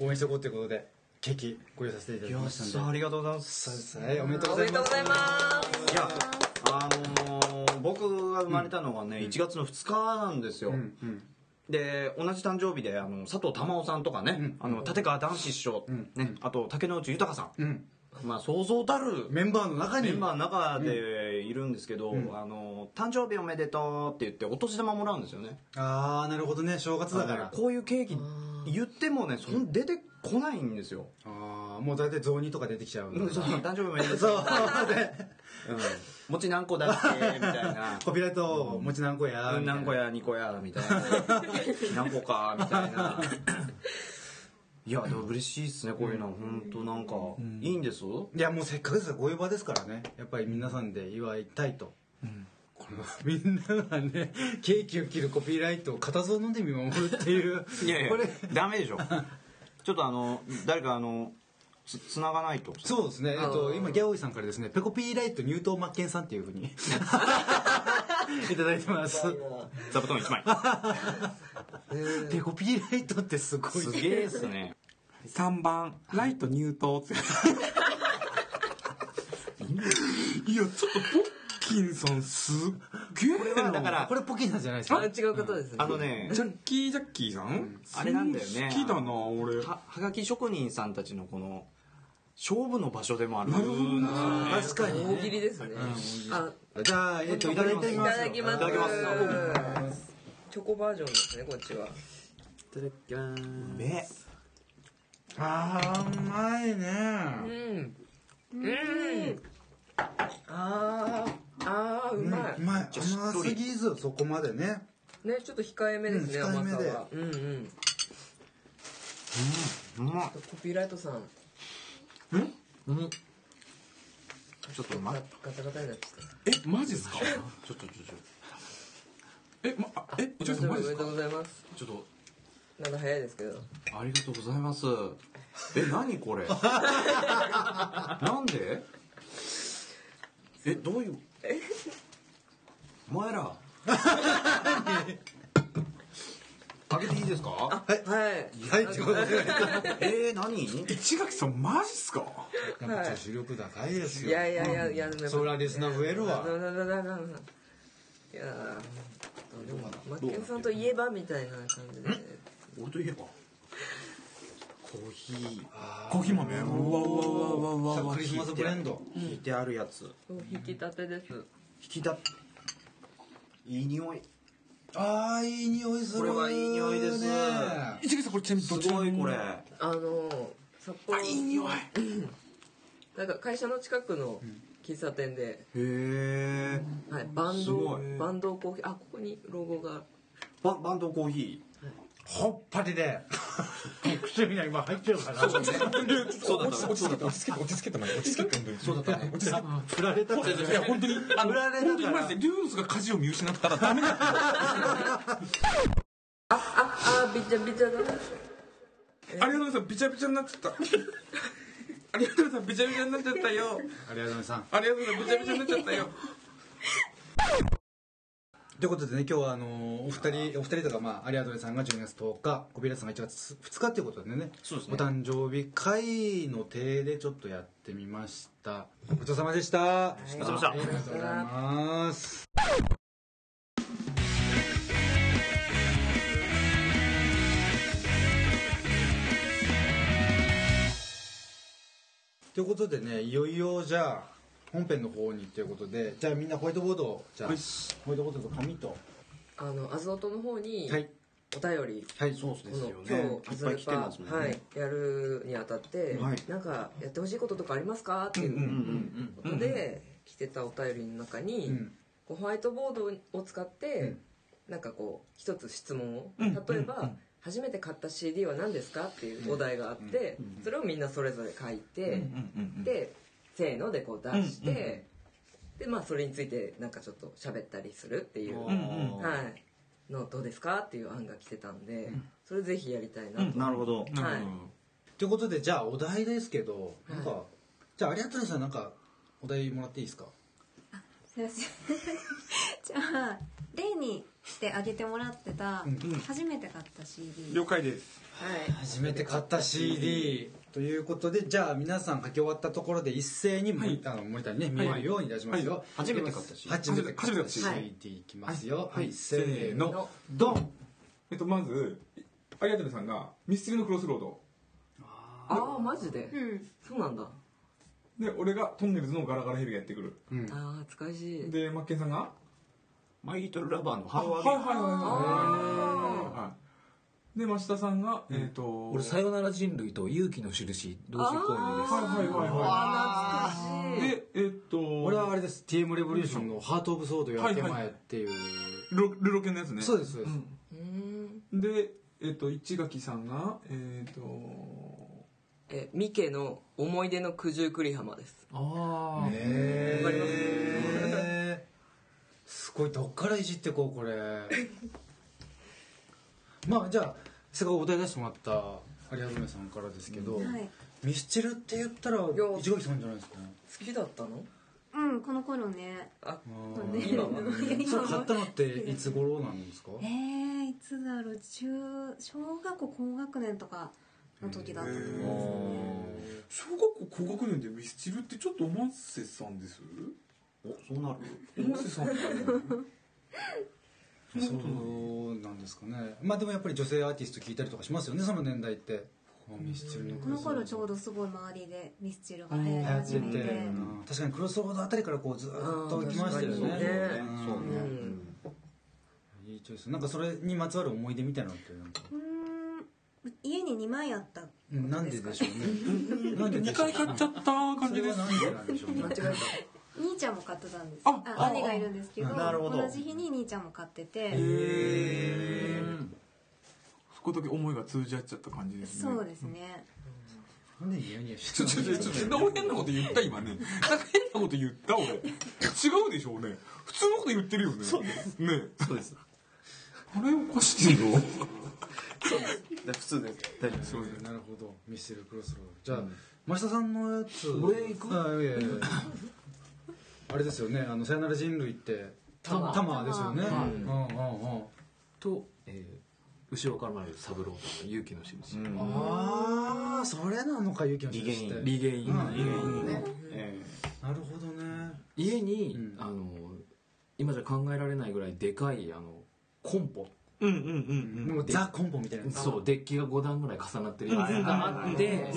Speaker 5: 応援していこうということでケーキご用意させていただきましたんで
Speaker 4: ありがとうございます
Speaker 5: はいおめでとう
Speaker 1: お
Speaker 5: ご
Speaker 1: めで
Speaker 5: ざい
Speaker 1: とう
Speaker 5: ま
Speaker 1: ご
Speaker 5: す
Speaker 1: ざいます
Speaker 4: いやあのー僕が生まれたのがね、1月の2日なんですよ、で同じ誕生日であの佐藤珠緒さんとかね、あの立川談志師匠、ね、あと竹野内豊さん、
Speaker 5: ん
Speaker 4: まあ想像たる
Speaker 5: メンバーの中に
Speaker 4: メンバーの中でいるんですけど、あの誕生日おめでとうって言ってお年玉もらうんですよね
Speaker 5: ああなるほどね正月だから
Speaker 4: こういうケーキ言ってもねそん出てこないんですよ、
Speaker 5: ああもう大体雑煮とか出てきちゃう
Speaker 4: うん、 そうそう誕生日おめでとううん、餅何個だっけみたい な
Speaker 5: コピーライト持ち何個や
Speaker 4: うん何個
Speaker 5: や
Speaker 4: や2個やみた いな何個かみたいないやでも嬉しいっすねこういうのは本当なんか、いいんです
Speaker 5: いやもうせっかくですからこういう場ですからねやっぱり皆さんで祝いたいと、このみんながねケーキを切るコピーライトを固唾を飲んで見守るっていう
Speaker 4: いやいや
Speaker 5: これ
Speaker 4: ダメでしょちょっとあの誰かあのつつながないと
Speaker 5: そうですね、えっと、今ギャオイさんからですねペコピーライト入刀マッケンさんっていうふうにいただいてます
Speaker 4: 座布団1枚
Speaker 5: ペコピーライトってすごい
Speaker 4: すげえっすね
Speaker 3: 3番、ライト入刀って。いや、ちょっとポッキンさんすっげえ
Speaker 4: これは
Speaker 3: な。
Speaker 4: だから
Speaker 5: これポキさんじゃないです
Speaker 1: あ
Speaker 5: か
Speaker 1: 違う方ですね
Speaker 4: あのね
Speaker 3: ジャッキージャッキーさん
Speaker 4: あれなんだよね
Speaker 3: 好きだな、俺。
Speaker 4: ははがき職人さんたちのこの勝負の場所でもあるんですよ
Speaker 5: 確かに
Speaker 1: 大喜利ですねあ
Speaker 5: じゃあえっといただいてみ
Speaker 1: い
Speaker 5: ます
Speaker 1: ただきます
Speaker 4: いただきます
Speaker 1: チョコバージョンですねこっちは
Speaker 4: ね
Speaker 5: あーうまいね
Speaker 1: うんうんあーあーうまい、
Speaker 5: うまい甘すぎずそこまでね
Speaker 1: ねちょっと控えめですね、
Speaker 5: うん
Speaker 1: 甘さ
Speaker 5: 控えめで
Speaker 1: はうんうん
Speaker 4: うまい
Speaker 1: コピーライトさん
Speaker 4: ちょっと
Speaker 1: ガ
Speaker 4: 待って
Speaker 1: ガタガタになっちゃっ
Speaker 3: え、マジっすか
Speaker 4: ちょっとちょっとちょっと
Speaker 3: え、ま、あえ、お
Speaker 1: た
Speaker 3: 茶さん
Speaker 1: お
Speaker 3: マ
Speaker 1: め
Speaker 3: ジっす
Speaker 1: でと
Speaker 3: か
Speaker 1: うございます
Speaker 4: ちょっと
Speaker 1: なんか早いですけど
Speaker 4: ありがとうございます。え、何こ れ。なんで。え、どういう。お前 ら。かけていいですか。
Speaker 1: はい
Speaker 5: はいってことで
Speaker 4: えー、何。
Speaker 3: え、千垣さんマジっすか
Speaker 5: やっぱ女子力高いです
Speaker 1: い
Speaker 5: よ
Speaker 1: やいやいやいやでもやっぱ
Speaker 5: そりゃリスナー増えるわ
Speaker 1: なななななないやーでもマッケンさんといえばみたいな感じで
Speaker 4: 俺といえば。コーヒー。
Speaker 3: コーヒー豆。うわうわうわうわうわ。
Speaker 5: クリスマスブレンド
Speaker 4: 引いてあるやつ。
Speaker 1: そう引き立てです
Speaker 4: 引きだ。いい匂い。
Speaker 5: あーいい匂いする
Speaker 4: これはいい匂いです
Speaker 5: ね
Speaker 3: え千垣さんこれちなみに
Speaker 4: す
Speaker 3: どちら
Speaker 4: ごい
Speaker 3: の
Speaker 4: これ。
Speaker 1: あのー札幌いい匂いなんか会社の近くの喫茶店で、
Speaker 4: へえ。
Speaker 1: はい、バン
Speaker 4: す
Speaker 1: ド
Speaker 4: ごい
Speaker 1: バンドコーヒーあここにロゴが
Speaker 4: ババンドコーヒ
Speaker 5: ほっぱりで口に今入ってるかな
Speaker 4: ー。そうだった。そう
Speaker 3: 落
Speaker 4: だった。
Speaker 3: ち着けて落ち着けてま落ち着けて本当に
Speaker 4: そうだったね。
Speaker 5: 振られたから
Speaker 3: いや本当にあの本当にマジでルーズが舵を見失ったらダメだ
Speaker 1: ああびちゃびちゃだな
Speaker 3: ありがとうございます。びちゃびちゃになっちゃった。ありがとうございます。びちゃびちゃになっちゃったよ。
Speaker 5: ありがとうございます
Speaker 3: ありがとうございます。びちゃびちゃになっちゃったよ。
Speaker 5: ということでね今日はあのーお二人お二人とかまあ有ドレさんが12月10日小平さんが1月2日っていうことでね
Speaker 4: そうですね
Speaker 5: お誕生日会の手でちょっとやってみましたごちそうさまでした
Speaker 4: お疲れ様でした
Speaker 5: ありがとうございますということでねいよいよじゃあ本編の方にということでじゃあみんなホワイトボードをじゃあ、ホワイトボードと紙と
Speaker 1: あのアズオトの方に
Speaker 5: はい
Speaker 1: お便り、
Speaker 5: はい
Speaker 4: そうです
Speaker 1: この
Speaker 4: よね。
Speaker 1: 今日ア
Speaker 4: い
Speaker 1: ズ
Speaker 4: っぱ
Speaker 1: ル
Speaker 4: い来てますもん
Speaker 1: パ、
Speaker 4: ね。
Speaker 1: はい、やるにあたって、
Speaker 4: はい
Speaker 1: なんかやってほしいこととかありますかって
Speaker 4: うんうんう。
Speaker 1: いうんことで来てたお便りの中に、
Speaker 5: ん
Speaker 1: こうホワイトボードを使って、なんかこう一つ質問を例えば、初めて買った CD は何ですかっていうお題があって、それをみんなそれぞれ書いて、で「せーの」でこう出して、でまあそれについてなんかちょっと喋ったりするっていう、はい、のどうですかっていう案が来てたんで、それぜひやりたいなと、
Speaker 4: なるほど。
Speaker 1: はい、
Speaker 5: ということでじゃあお題ですけどなんか、じゃあ有谷さんなんかお題もらっていいですか
Speaker 2: すいませんじゃあ例にしてあげてもらってた初めて買った CD
Speaker 3: 了解です。
Speaker 1: はい、
Speaker 5: 初めて買った CD ということでじゃあ皆さん書き終わったところで一斉に、あのモニターにね見えるように出しますよ、
Speaker 4: 初めて買ったし。
Speaker 5: 初めて買った
Speaker 3: 初
Speaker 5: CD、
Speaker 1: めて買った
Speaker 5: CD いきますよ、
Speaker 3: はい
Speaker 5: せーの
Speaker 1: の
Speaker 5: ドン
Speaker 3: えっと、まず、ありがとうさんが、ミスチルのクロスロード。
Speaker 1: ああマジで、
Speaker 2: うん
Speaker 1: そうなんだ
Speaker 3: で俺がトンネルズのガラガラヘビがやってくる
Speaker 1: ああ使いしい
Speaker 3: でマッケンさんが
Speaker 4: マイリトルラバーの
Speaker 3: 「あ
Speaker 4: 母
Speaker 3: はいは
Speaker 4: 親
Speaker 3: いはいはいはい」で増田さんがえっと
Speaker 8: 俺、さよなら人類と勇気の印、同時購入です。
Speaker 3: はいはいはいは
Speaker 1: あ
Speaker 3: い
Speaker 1: 懐かしい
Speaker 3: でえっと
Speaker 5: 俺はあれです TM レボリューションの「ハート・オブ・ソード夜明け前」っていう、
Speaker 3: ルルロケンのやつね
Speaker 5: そうですそうです、
Speaker 1: うーん
Speaker 3: でえっと市垣さんがえっと
Speaker 1: え三家の思い出の九十九里浜です
Speaker 8: ああ、
Speaker 1: わかります
Speaker 5: えーすごいどっからいじってこうこれまあじゃあせっかくお題出してもらった有明さんからですけど、
Speaker 2: はい
Speaker 5: ミスチルって言ったら
Speaker 1: や
Speaker 5: 市垣さんじゃないですか
Speaker 1: 好きだったの
Speaker 2: うんこの頃ね
Speaker 1: あ
Speaker 2: そうね
Speaker 1: 今は
Speaker 5: それ買ったのっていつ頃なんですか
Speaker 2: えー、いつだろう中小学校高学年とかの時だったと思いますね
Speaker 3: 小学校高学年でミスチルってちょっとおませさんです
Speaker 4: おそうなる
Speaker 3: おませさんって
Speaker 5: そうなんですかねまあでもやっぱり女性アーティスト聞いたりとかしますよねその年代ってあミスチルの
Speaker 2: この頃ちょう
Speaker 5: ど
Speaker 2: どすごい周りでミスチルが流行り始めて
Speaker 5: 確かにクロスオーダーあたりからこうずーっと来ましたよね
Speaker 1: うん確かにね
Speaker 5: うん
Speaker 4: そう
Speaker 1: う
Speaker 4: ね
Speaker 1: ん
Speaker 5: いいチョイスなんかそれにまつわる思い出みたいなのってなんか
Speaker 2: うーん家に2枚あった
Speaker 5: うんなんででしょうねなん
Speaker 3: 2
Speaker 5: ででしょう
Speaker 3: 回買っちゃった感
Speaker 5: そ
Speaker 3: じ
Speaker 5: れ
Speaker 3: で
Speaker 5: は
Speaker 3: す
Speaker 5: なんでなんでしょうね
Speaker 1: 間違え
Speaker 2: 兄ちゃんも買ってたんです
Speaker 3: あ
Speaker 2: あ
Speaker 3: あ
Speaker 2: 兄がいるんですけど
Speaker 4: なるほど
Speaker 2: 同じ日に兄ちゃんも買ってて、
Speaker 3: そこだけ思いが通じ合っちゃった感じですね
Speaker 2: そうですね、
Speaker 5: なんでニヤニヤし
Speaker 3: ち
Speaker 5: て
Speaker 3: ょちょちょちょなんか変なこと言った今ねなんか変なこと言った俺違うでしょうね普通のこと言ってるよねそうですね
Speaker 4: そうです
Speaker 3: あれおかしいの
Speaker 4: 普通です大丈夫です
Speaker 5: なるほどミスチルクロスロードじゃあ増田さんのやつ
Speaker 8: 俺行く
Speaker 5: あいやいやいやあれですよねあのさよなら人類って
Speaker 8: タマ
Speaker 5: タマですよね
Speaker 8: タマ
Speaker 5: うんうんうん
Speaker 8: と、えー、後ろから参るサブローさんの勇気の印。
Speaker 4: うん
Speaker 5: ああそれなのか勇気の
Speaker 4: リゲ
Speaker 5: 印
Speaker 4: イ
Speaker 5: って
Speaker 4: ン
Speaker 8: リゲイン。
Speaker 5: うん
Speaker 4: リゲイン
Speaker 5: ね
Speaker 4: ええ
Speaker 5: なるほどね
Speaker 8: 家に、
Speaker 5: うん
Speaker 8: あの、今じゃ考えられないぐらいでかい、あの、コンポ。
Speaker 4: うんうんうん
Speaker 5: もうザ・コンポみたいなやつ
Speaker 8: そう、デッキが5段ぐらい重なってるやつがあって、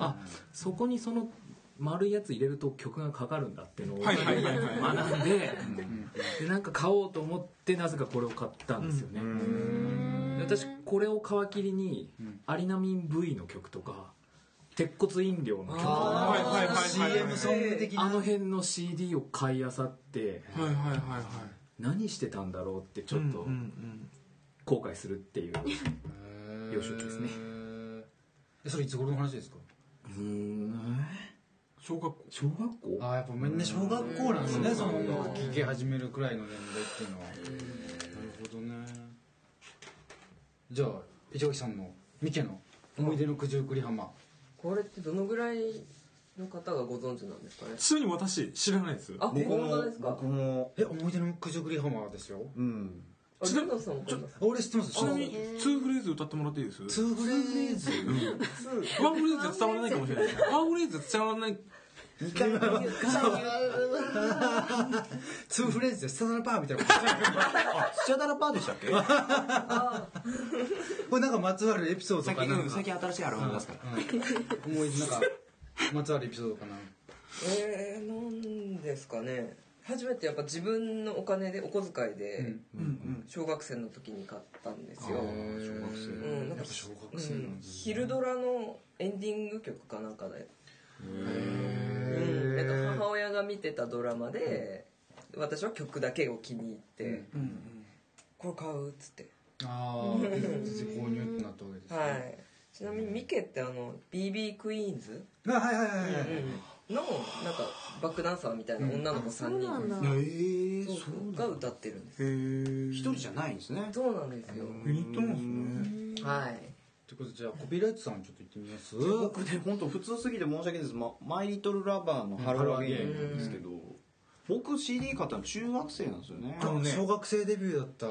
Speaker 8: あ、そこにその丸いやつ入れると曲がかかるんだっていうのを
Speaker 3: は
Speaker 8: 学
Speaker 3: いはいはいはい
Speaker 8: んで、で、なんか買おうと思って、なぜかこれを買ったんですよね。で私、これを皮切りに、アリナミン V の曲とか、鉄骨飲料の曲とか、
Speaker 3: はいはいはいはい
Speaker 5: CM ソング的
Speaker 8: あ
Speaker 5: な
Speaker 8: の辺の CD を買い漁って、
Speaker 3: はいはいはいはい
Speaker 8: 何してたんだろうってちょっと後悔するっていう幼少期ですね
Speaker 5: えそれいつ頃の話ですか
Speaker 8: うん
Speaker 3: 小学校
Speaker 8: 小学校
Speaker 5: ああやっぱみんな小学校なんですねその音楽聴き始めるくらいの年代っていうのはなるほどねじゃあ市垣さんの三家の思い出の九十九里浜
Speaker 1: これってどのぐらいの方がご存知なんですかね
Speaker 3: ちなみに私知らないです
Speaker 1: あ本
Speaker 4: 僕
Speaker 1: 当
Speaker 4: も
Speaker 1: ですか
Speaker 4: 僕も
Speaker 5: え思い出の九十九里浜ですよ
Speaker 4: うん
Speaker 1: あジュンさんもこんなさ
Speaker 5: あ俺知ってます
Speaker 3: ちなみに2フレーズ歌ってもらっていいです
Speaker 5: ツーフレーズ
Speaker 3: ワンフレーズじゃ伝わらないかもしれないワンフレーズじゃ伝わらない
Speaker 5: ツーフレーズでスタダラパーみたいなこと
Speaker 4: あシャダラパーでしたっけ
Speaker 5: これなんかまつわるエピソードかなんか
Speaker 4: 最近新しいアルバム出すから
Speaker 5: うん思い出なんかまつわるエピソードかな
Speaker 1: えー、なんですかね初めてやっぱ自分のお金でお小遣いで小学生の時に買ったんですよ、
Speaker 5: 小学生
Speaker 1: うん、なんか
Speaker 5: 小学
Speaker 1: う
Speaker 5: 生なん
Speaker 1: ん
Speaker 5: で、すね
Speaker 1: 昼ドラのエンディング曲かなんかで、うん、な
Speaker 5: へ
Speaker 1: んか
Speaker 5: ー
Speaker 1: 母親が見てたドラマで、私は曲だけを気に入って、これ買うっつって
Speaker 5: ああ購入ってなったわけですね
Speaker 1: はいちなみにミケってあの BB クイーンズ
Speaker 5: あはいはいはいはい
Speaker 1: のなんかバックダンサーみたいな女の子
Speaker 2: そ
Speaker 1: 3
Speaker 2: う
Speaker 1: 人
Speaker 2: なんだ、
Speaker 4: ええ
Speaker 1: そうそうが歌ってるんです
Speaker 4: 一人じゃないんですね
Speaker 1: そうなんですよはい
Speaker 5: ということでじゃあコピーライトさんちょっと行ってみます
Speaker 4: 僕ね本当普通すぎて申し訳ないです、ま、マイリトルラバーのハローアゲインなんですけど僕 CD 買ったの中学生なんですよね
Speaker 3: あのね
Speaker 5: 小学生デビューだった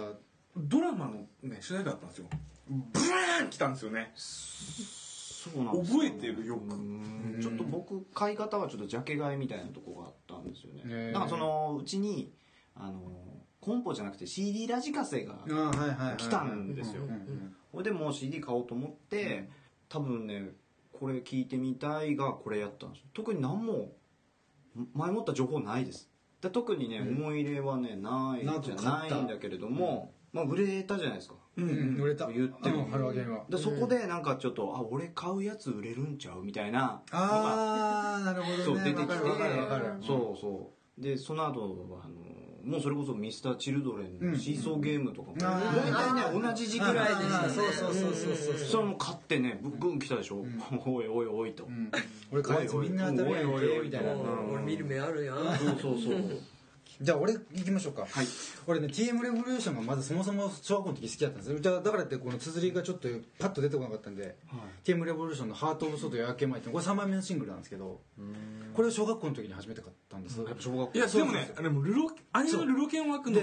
Speaker 3: ドラマのね主題歌だったんですよブラーン来たんですよね
Speaker 4: そうなんです
Speaker 3: 覚えてるよく
Speaker 4: うんちょっと僕買い方はちょっとジャケ買いみたいなとこがあったんですよ
Speaker 5: へ
Speaker 4: ね
Speaker 5: ー
Speaker 4: なんかそのうちにあのコンポじゃなくて CD ラジカセが
Speaker 5: あはいはい
Speaker 4: 来たんですよほれでもう CD 買おうと思って多分ねこれ聞いてみたいがこれやったんですよ特に何も前もった情報ないですだ特にね、思い入れはねない
Speaker 5: なく
Speaker 4: じゃ
Speaker 5: 買
Speaker 4: な
Speaker 5: っ
Speaker 4: い
Speaker 5: た
Speaker 4: んだけれども、まあ売れたじゃないですか
Speaker 5: うんうん売れた
Speaker 4: 言っても
Speaker 5: うん春揚げは
Speaker 4: でそこでなんかちょっと、あ俺買うやつ売れるんちゃうみたいな
Speaker 5: ああなる
Speaker 4: そ
Speaker 5: ほ
Speaker 4: う
Speaker 5: ど
Speaker 4: 出てき
Speaker 5: ね
Speaker 4: て
Speaker 5: わかるわかるわかる
Speaker 4: そうそうでその後はあのもうそれこそミスターチルドレンのシーソーゲームとかも、
Speaker 5: あー
Speaker 4: 大体ね同じ時期ぐらいでしたね
Speaker 5: あーそうそうそうそうそう
Speaker 4: それも買ってねブンブン来たでしょ、おいおいおいと、
Speaker 5: うん俺開発みんな当たるやん
Speaker 4: おいおいおい
Speaker 5: け
Speaker 4: おい
Speaker 5: みたいな
Speaker 4: うん
Speaker 1: 俺見る目あるやん
Speaker 4: そうそうそう
Speaker 5: じゃあ俺行きましょうかはい俺ね TM レボリューションがまずそもそも小学校の時好きだったんですよじゃあだからってこの綴りがちょっとパッと出てこなかったんで、TM レボリューションの「ハート・オブ・ソード夜明け前」ってこれ3枚目のシングルなんですけどこれを小学校の時に初めて買ったんです
Speaker 4: やっぱ小学校
Speaker 3: いやでもねあのルロアニメのルロケンワークの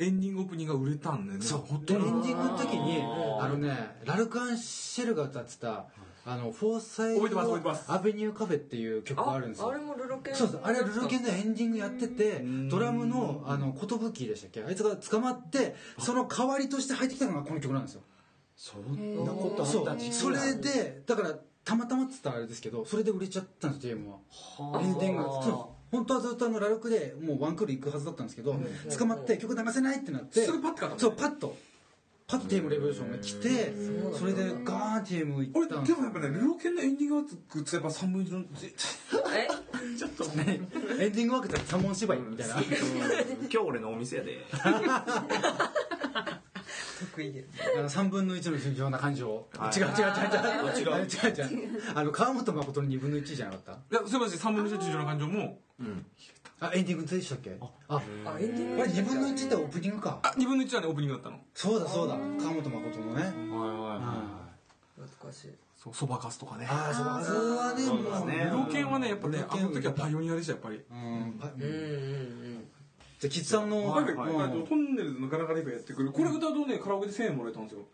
Speaker 3: エンディングオープニングが売れたんだよね
Speaker 5: そう
Speaker 3: 本
Speaker 5: でエ
Speaker 3: 当
Speaker 5: ン
Speaker 3: に
Speaker 5: ディングの時にあのねラルク・アンシェルが歌ってた「あのフォーサイ
Speaker 3: 覚えてます覚えてます
Speaker 5: ド・アベニュー・カフェ」っていう曲があるんですよ
Speaker 1: あれもルロケン
Speaker 5: そうですあれはルルケンでエンディングやっててドラムのあの寿でしたっけあいつが捕まってその代わりとして入ってきたのがこの曲なんですよ
Speaker 4: そ
Speaker 2: ん
Speaker 4: んなことあっ
Speaker 5: そ
Speaker 4: た
Speaker 5: う
Speaker 4: 時期
Speaker 5: そ
Speaker 4: が
Speaker 5: れでだからたまたまっつったらあれですけどそれで売れちゃったんです DM はエンディングがそうです本当はずっとあのラルクでもうワンクール行くはずだったんですけど捕まって曲流せないってなって
Speaker 3: すぐパッて買ったの
Speaker 5: そうパッとパッと TM レボリューションが来てそれでガーン TM 行
Speaker 3: 俺で
Speaker 5: った
Speaker 3: も
Speaker 5: んです
Speaker 3: やっぱねルロケンのエンディングワークってやっぱ3分の1絶
Speaker 1: え
Speaker 5: エンディング分けたら三文芝居みたいな
Speaker 4: 今日俺のお店やで
Speaker 1: 得意で
Speaker 5: あの3分の1の順調な感情、違 う違う違う違う違う違う違うあの川本誠の2分の1じゃなかっ
Speaker 3: 対いやすいません3分の1重要な感情も
Speaker 5: たあエンディングでしたっけああ
Speaker 1: あエンディング
Speaker 5: れ2分の1ってオープニングか
Speaker 3: あ2分の1はねオープニングだったの
Speaker 5: そうだそうだ川本誠のね
Speaker 1: 懐かしい
Speaker 3: そうそばかすとかね
Speaker 5: ああそうあそこはねもう
Speaker 3: ルロケンはねやっぱね
Speaker 5: ルロ
Speaker 3: あ
Speaker 5: ケン
Speaker 3: の時はパイオニアでしたやっぱり
Speaker 5: うんパ
Speaker 1: うんうん
Speaker 5: じゃあキッズさんの
Speaker 3: はいはい
Speaker 5: うん
Speaker 3: あのトンネルズのガラガラがやってくるこれ歌うとねカラオケで1000円もらえたんですよ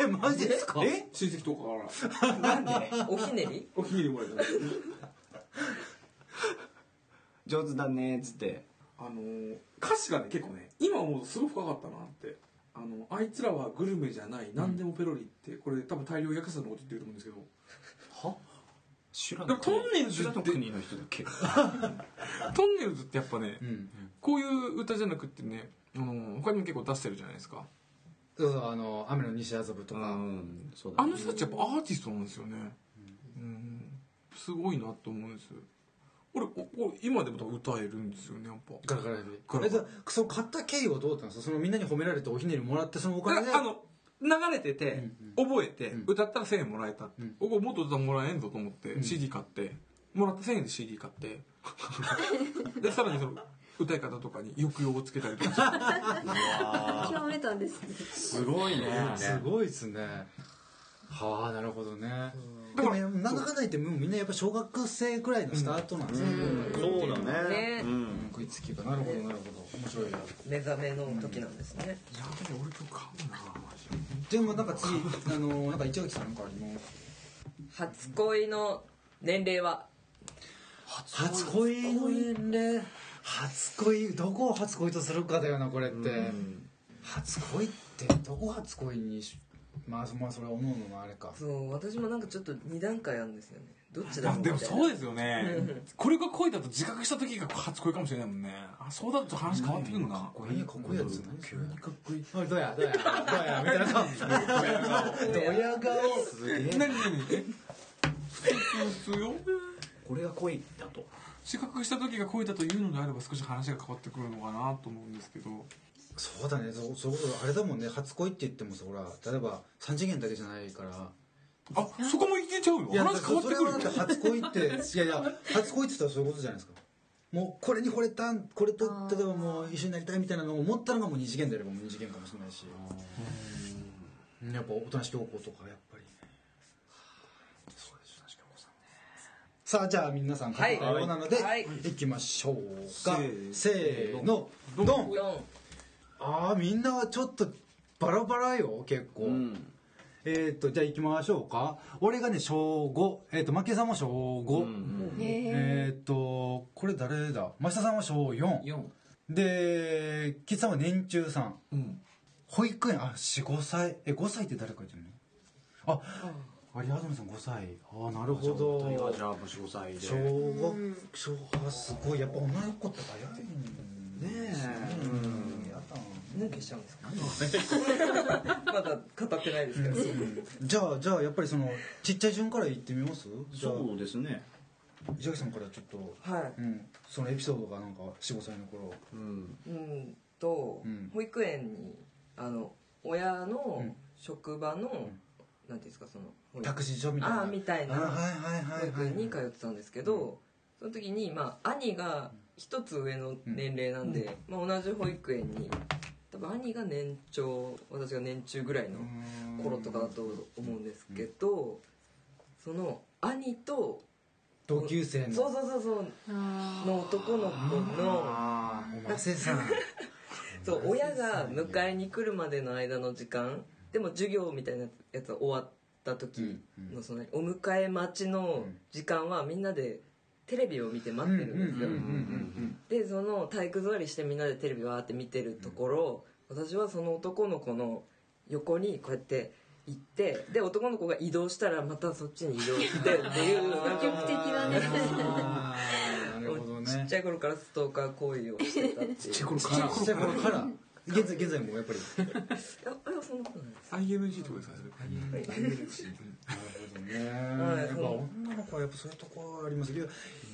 Speaker 5: えマジですかえ
Speaker 3: 親戚と かから
Speaker 1: うんなんでおひねり
Speaker 3: おひねりもらえたんですよ
Speaker 4: 上手だねっつって
Speaker 3: あのー歌詞がね結構ね今思うとすごく深かったなってあのあいつらはグルメじゃない何でもペロリって、これ多分大量訳すのこと言ってると思うんですけど
Speaker 4: 知ら
Speaker 3: でもトンネルズ
Speaker 4: 知ら
Speaker 3: っ
Speaker 4: の
Speaker 3: て
Speaker 4: 国の人だっけ
Speaker 3: トンネルズってやっぱね、
Speaker 5: うん
Speaker 3: こういう歌じゃなくってね、あのー他にも結構出してるじゃないですか
Speaker 5: そうそうあの雨の西麻布と
Speaker 4: う
Speaker 5: か
Speaker 4: んそうだ
Speaker 3: あの人たちやっぱアーティストなんですよねうんすごいなと思うんです俺ここ今でも多分歌えるんですよねやっぱ
Speaker 5: ガラガラヘビ
Speaker 3: ガラガラ
Speaker 5: えじゃあその買った経緯はどうだったんですかそのみんなに褒められておひねりもらってそのお金で
Speaker 3: あの流れてて、覚えて、歌ったら1000円もらえたって、僕もっと歌もらえんぞと思って、CD 買ってもらった1000円で CD 買ってでさらにその歌い方とかに抑揚をつけたりとかして
Speaker 2: 極めたんですね
Speaker 4: すごいね
Speaker 5: すごいですね。はあ、なるほどね。
Speaker 3: だ
Speaker 5: でも
Speaker 3: から
Speaker 5: なんだかんだ言ってもうみんなやっぱ小学生くらいのスタートなんですね。
Speaker 4: そうだ
Speaker 1: ね
Speaker 4: ねうん
Speaker 5: 食いつきかなるほどなるほど面白いな。
Speaker 1: 目覚めの時なんですね
Speaker 3: やべえ俺今日買うなマジで
Speaker 5: でもなんか次あのーなんか一垣さんなんかあります。
Speaker 1: 初恋の年齢は
Speaker 5: 初恋の年齢。初恋どこを初恋とするかだよなこれって。初恋ってどこ初恋にしまあそまあそれは思うのもあれか。
Speaker 1: そう私もなんかちょっと2段階あるんですよねどっちだ
Speaker 3: あ
Speaker 1: ろうみた
Speaker 3: で
Speaker 1: いな
Speaker 3: もそうですよねこれが恋だと自覚した時が初恋かもしれないもんねあそうだと話変わってくるな
Speaker 5: これかっこいいやつ何急にかっこいい。おいどうやどうや どうやみたいな顔。どや顔。
Speaker 3: 何何何普通よ
Speaker 4: これが恋だと
Speaker 3: 自覚した時が恋だというのであれば少し話が変わってくるのかなと思うんですけど
Speaker 5: そうだねそそれこそあれだもんね初恋って言ってもさほら例えば3次元だけじゃないから
Speaker 3: あそこもいけちゃうよ話変わってくる
Speaker 5: それはだって初恋っていやいや初恋って言ったらそういうことじゃないですかもうこれに惚れたんこれと例えばもう一緒になりたいみたいなのを思ったのがもう二次元であればもう二次元かもしれないしうんやっぱ大人し教皇とかやっぱりそうです大人し教皇さんねさあじゃあ皆さん書いたようなので、
Speaker 1: はいい、
Speaker 5: きましょうか
Speaker 3: せ
Speaker 5: せーのドン
Speaker 1: ドン
Speaker 5: ああみんなちょっとバラバラよ結構、えっ、とじゃあ行きましょうか俺がね小5えっ、と負けさんも小5、えっ、とこれ誰だ増田さんは小4
Speaker 8: 四
Speaker 5: でキッさんは年中さん
Speaker 3: うん
Speaker 5: 保育園あ45歳え5歳って誰かいてるのあ有安さん5歳ああなるほ
Speaker 4: お二人
Speaker 5: ど
Speaker 4: はじゃあもし5歳で
Speaker 5: 小学小はすごいやっぱ女の子って早いんですねえうんやだ
Speaker 1: 何消しちゃうんですかまだ語ってないですけど、
Speaker 5: じゃあじゃあやっぱりそのちっちゃい順から行ってみますじゃあ
Speaker 4: そうですね
Speaker 5: 石垣さんからちょっと、
Speaker 1: はい
Speaker 5: うん、そのエピソードがなんか45歳の頃
Speaker 4: うん
Speaker 1: うんと、
Speaker 5: うん
Speaker 1: 保育園にあの親の
Speaker 5: うん
Speaker 1: 職場の、なんていうんですかその保育
Speaker 5: タクシー所みたいな
Speaker 1: ああみたい
Speaker 5: あー
Speaker 1: な
Speaker 5: はいはい
Speaker 1: 保
Speaker 5: はい
Speaker 1: 育
Speaker 5: はい
Speaker 1: 園に通ってたんですけど、その時に、まあ、兄が一つ上の年齢なんで、まあ、同じ保育園に多分兄が年長私が年中ぐらいの頃とかだと思うんですけど、その兄と
Speaker 5: 同級生
Speaker 1: そうそう
Speaker 5: の
Speaker 1: そうそう
Speaker 2: あ
Speaker 1: の男の子の。
Speaker 4: あ
Speaker 5: おませさん
Speaker 1: そう親が迎えに来るまでの間の時間でも授業みたいなやつが終わった時のそのお迎え待ちの時間はみんなでテレビを見て待ってるんですよ でその体育座りしてみんなでテレビわーって見てるところ私はその男の子の横にこうやって行ってで男の子が移動したらまたそっちに移動してっていうなん
Speaker 2: ー積 極
Speaker 1: か
Speaker 2: 的だね
Speaker 5: ああなるほど
Speaker 1: ちっ
Speaker 5: ね
Speaker 1: ちゃい頃からストーカー行為をしてたっていう
Speaker 5: ちっちゃい頃から現在現在もやっぱり
Speaker 1: ああれはそんなことないです
Speaker 3: ING とかですかそれ
Speaker 1: はい
Speaker 5: やっぱ女の子はやっぱそういうとこありますけど、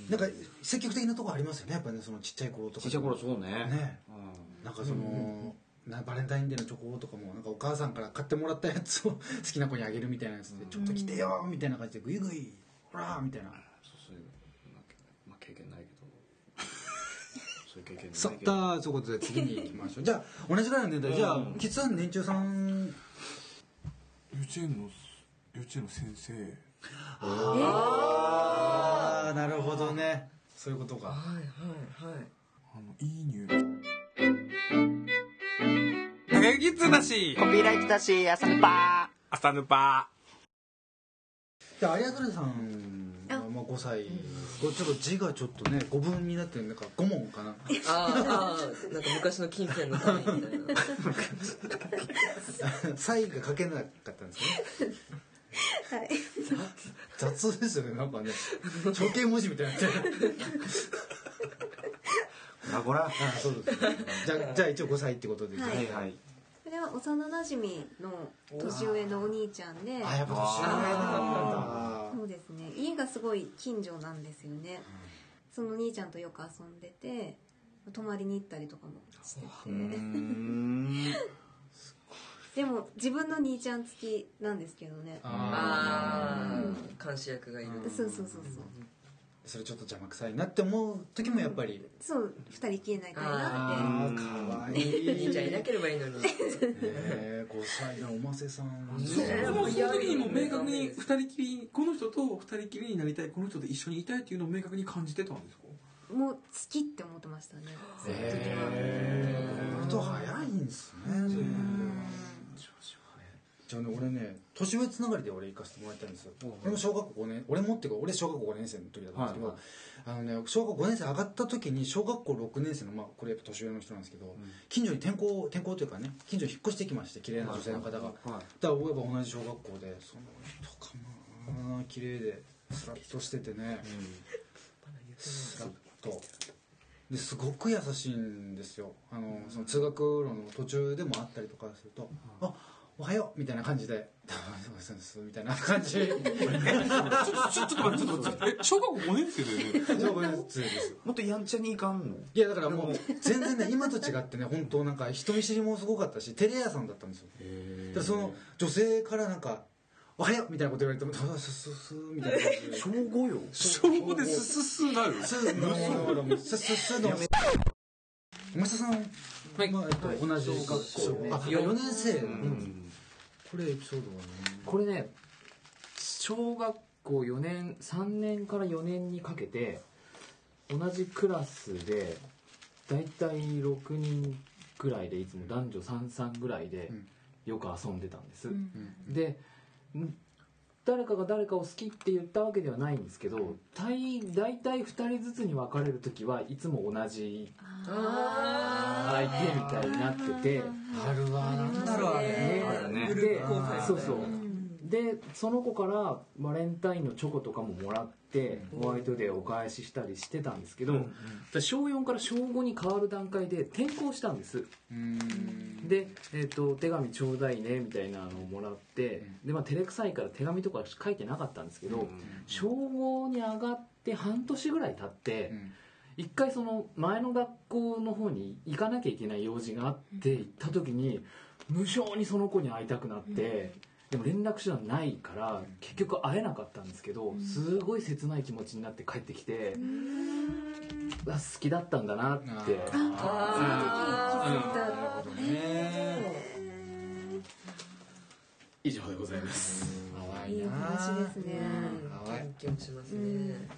Speaker 5: なんか積極的なとこありますよねやっぱねそのちっちゃい頃とか
Speaker 4: ちっちゃい頃そうね
Speaker 5: ね
Speaker 4: うん
Speaker 5: なんかその、なバレンタインデーのチョコとかもなんかお母さんから買ってもらったやつを 好きな子にあげるみたいなやつで「ちょっと来てよ」みたいな感じで「グイグイほら」みたいな
Speaker 4: そういうまあけまあ経験ないけどそういう経験ないけど
Speaker 5: さあということで次に行きましょうじゃあ同じぐらいの年代じゃあキツさん年中さん
Speaker 3: 幼稚園の幼稚園の先生
Speaker 5: ああなるほどねそういうことか
Speaker 1: はいはいはい
Speaker 3: あのいい匂い高木つだし
Speaker 9: コピーライトだし、朝のパ
Speaker 3: 朝ぬぱ
Speaker 5: で有安根さんはまあ5歳ごちょっと字がちょっとね5分になってるなんか5問かな
Speaker 1: あーあーなんか昔の金銭のためみたいな
Speaker 5: サインが書けなかったんですね
Speaker 2: ーはい
Speaker 5: 雑ですよねなんかね象形文字みたいになってる
Speaker 4: あこらは
Speaker 5: あそうですねじゃあじゃあ一応5歳ってことで
Speaker 2: はい
Speaker 4: いはい
Speaker 2: それは幼なじみの年上のお兄ちゃんで
Speaker 5: あやっぱ年上なんだ
Speaker 2: そうですね家がすごい近所なんですよね、その兄ちゃんとよく遊んでて泊まりに行ったりとかもしてて
Speaker 4: うん
Speaker 2: でも自分の兄ちゃん付きなんですけどね
Speaker 1: ああ監視役がい る
Speaker 2: そうそうそうそう
Speaker 5: それちょっと邪魔くさいなって思う時もやっぱり
Speaker 2: そう二人きりになりたいなっ
Speaker 5: ああかわい い
Speaker 1: 兄ちゃんいなければいいのに
Speaker 5: ね5歳のおませさん
Speaker 1: ね
Speaker 3: でもその時にも明確に二人きりこの人と二人きりになりたいこの人と一緒にいたいっていうのを明確に感じてたんですか
Speaker 2: てもう好きって思ってましたねその時は
Speaker 5: 割と早いんですねじゃあね俺ね年上つながりで俺行かせてもらいたいんですよ俺も小学校5年俺もっていうか俺小学校5年生の時だったんですけど、あのね小学校5年生上がった時に小学校6年生のまあこれやっぱ年上の人なんですけど、近所に転校転校というかね近所に引っ越してきまして綺麗な女性の方が、だから俺は同じ小学校でその人かな綺麗でスラッとしててね、スラッとですごく優しいんですよあの、その通学路の途中でも会ったりとかすると「あおはよう」みたいな感じで 「どうもそうです」みたいな感 じ
Speaker 3: ちょちょっと待ってちょっと待ってえ小学校5年生だよね
Speaker 5: そう普通です
Speaker 4: もっとやんちゃにいかんの
Speaker 5: いやだからもう全然ね今と違ってね本当なんか人見知りもすごかったしテレ屋さんだったんですよだからその女性からなんか「おはよう」みたいなこと言われても「どうもそうそうそう」みたいな感じで
Speaker 4: 小5よ
Speaker 3: 小5ですすすなる
Speaker 5: すーのすすすの山下さんは、えっと、同じ小学校あ4年生
Speaker 4: うん
Speaker 5: これエピソードはね
Speaker 8: これね小学校4年3年から4年にかけて同じクラスで大体6人ぐらいでいつも男女33ぐらいで
Speaker 5: うん
Speaker 8: よく遊んでたんです、
Speaker 2: ん
Speaker 8: でん誰かが誰かを好きって言ったわけではないんですけど大大体2人ずつに分かれる時はいつも同じ
Speaker 1: あ
Speaker 8: 相手みたいになってて。
Speaker 5: あるわなんだろうあれ
Speaker 8: ね
Speaker 4: あるね
Speaker 8: で
Speaker 1: 交際みたいな
Speaker 8: そうそうでその子からバレンタインのチョコとかももらってホワイトデーお返ししたりしてたんですけど、で小4から小5に変わる段階で転校したんですで、えっと「手紙ちょうだいね」みたいなのをもらってで、まあ、照れくさいから手紙とか書いてなかったんですけど、小5に上がって半年ぐらい経って、一回その前の学校の方に行かなきゃいけない用事があって行った時に無性にその子に会いたくなって、でも連絡手段ないから結局会えなかったんですけど、すごい切ない気持ちになって帰ってきて、うわ好きだったんだなって
Speaker 2: あ
Speaker 5: ほどね
Speaker 8: 以上でございます、
Speaker 2: ーいいお話ですね
Speaker 1: うんキュンキュンしますね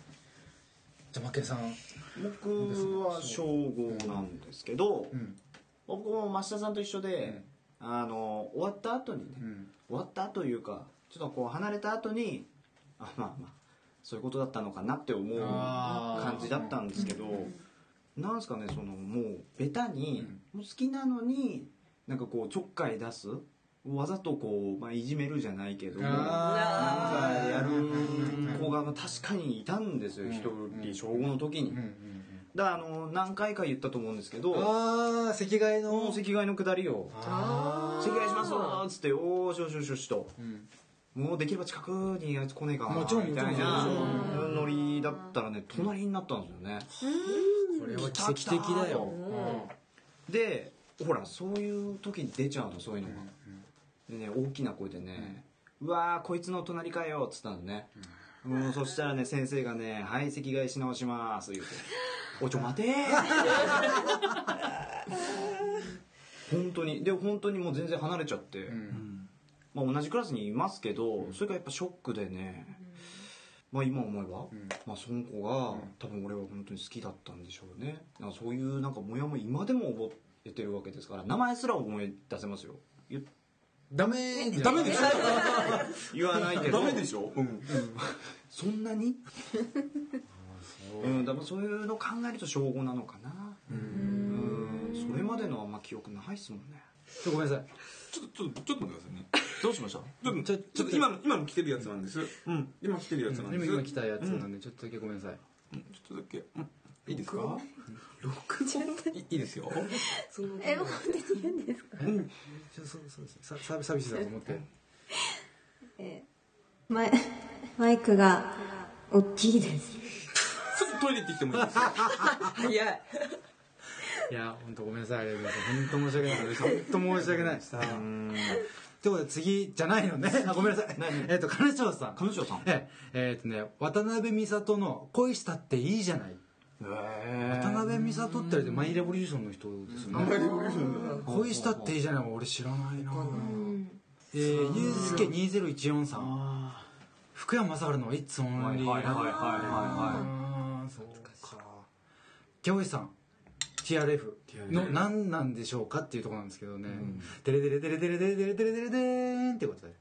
Speaker 5: じゃあマッケンさん
Speaker 4: 僕は小5なんですけど、僕も増田さんと一緒で、あの終わった後にね、終わったというかちょっとこう離れた後にあまあまあそういうことだったのかなって思う感じだったんですけど、なんですかねそのもうベタに、もう好きなのになんかこうちょっかい出すわざとこう、まあ、いじめるじゃないけどもなんかやる子がまあ確かにいたんですよ一人小5の時に。だからあの何回か言ったと思うんですけど
Speaker 5: ああ席替え
Speaker 4: もう
Speaker 5: の
Speaker 4: 席替えの下りを「
Speaker 1: あ
Speaker 4: 席替えしますわ」っつって「おおしょしょしょし」と、もうできれば近くにあいつ来ねえかな」
Speaker 5: もちろん
Speaker 4: みたいな
Speaker 5: もちろ
Speaker 4: ノリだったらね隣になったんですよね、
Speaker 5: これは奇跡的だよ
Speaker 4: でほらそういう時に出ちゃうのそういうのが、でね大きな声でね「うわーこいつの隣かよ」っつったのね、うんそしたらね先生がね「はい席替えし直します」言 うて「おいちょ待てー」本当にで本当にもう全然離れちゃって、まあ、同じクラスにいますけど、それがやっぱショックでね、まあ今思えば、まあその子が、多分俺は本当に好きだったんでしょうねなんかそういうなんかモヤモヤ今でも覚えてるわけですから名前すら思い出せますよ言
Speaker 5: ダメじゃん
Speaker 3: ダメでしょ
Speaker 4: 言わないけ ど
Speaker 3: ダメでしょ、
Speaker 4: そんなにうんだからそういうの考えると小5なのかなうんそれまでのはあんま記憶ないっすもんね
Speaker 5: ちょごめんなさい
Speaker 3: ちょっと、ちょっと、ちょっと待ってくださいね。どうしましたちょっと、ちょっと今の、今の来てるやつなんです。うん。今来てるやつなんです。
Speaker 5: 今今来たやつなんでちょっとだけごめんなさい
Speaker 3: うんちょっとだけ。うんいいですか録音いいいですよ。
Speaker 1: その
Speaker 2: え本当に言うんですか
Speaker 5: ちょそうそうそうさ寂寂しいだと思って
Speaker 2: マイマイクが大きいです
Speaker 3: ちょっとトイレ行ってきてもいいですか
Speaker 1: 早い
Speaker 5: いや本当ごめんなさいありがとうございます本当申し訳ないです本当申し訳ないさ あってことで次じゃないのねあごめんなさいえっと金城さん
Speaker 4: 彼女さんへ
Speaker 5: えええーとね渡辺美里の「恋したっていいじゃない」渡
Speaker 4: え
Speaker 5: 辺美里ってあれでマイレボリューションの人ですよね恋したっていいじゃない俺知らないなえーゆうすけ2014さん福山雅治の「It's
Speaker 4: はい
Speaker 5: Only
Speaker 4: はいはいはい
Speaker 5: Love
Speaker 4: は
Speaker 5: あーそうかギャオイさん TRF の何なんでしょうかっていうところなんですけどね「デレデレデレデレデレデレデレデレデーン」ってことで
Speaker 4: い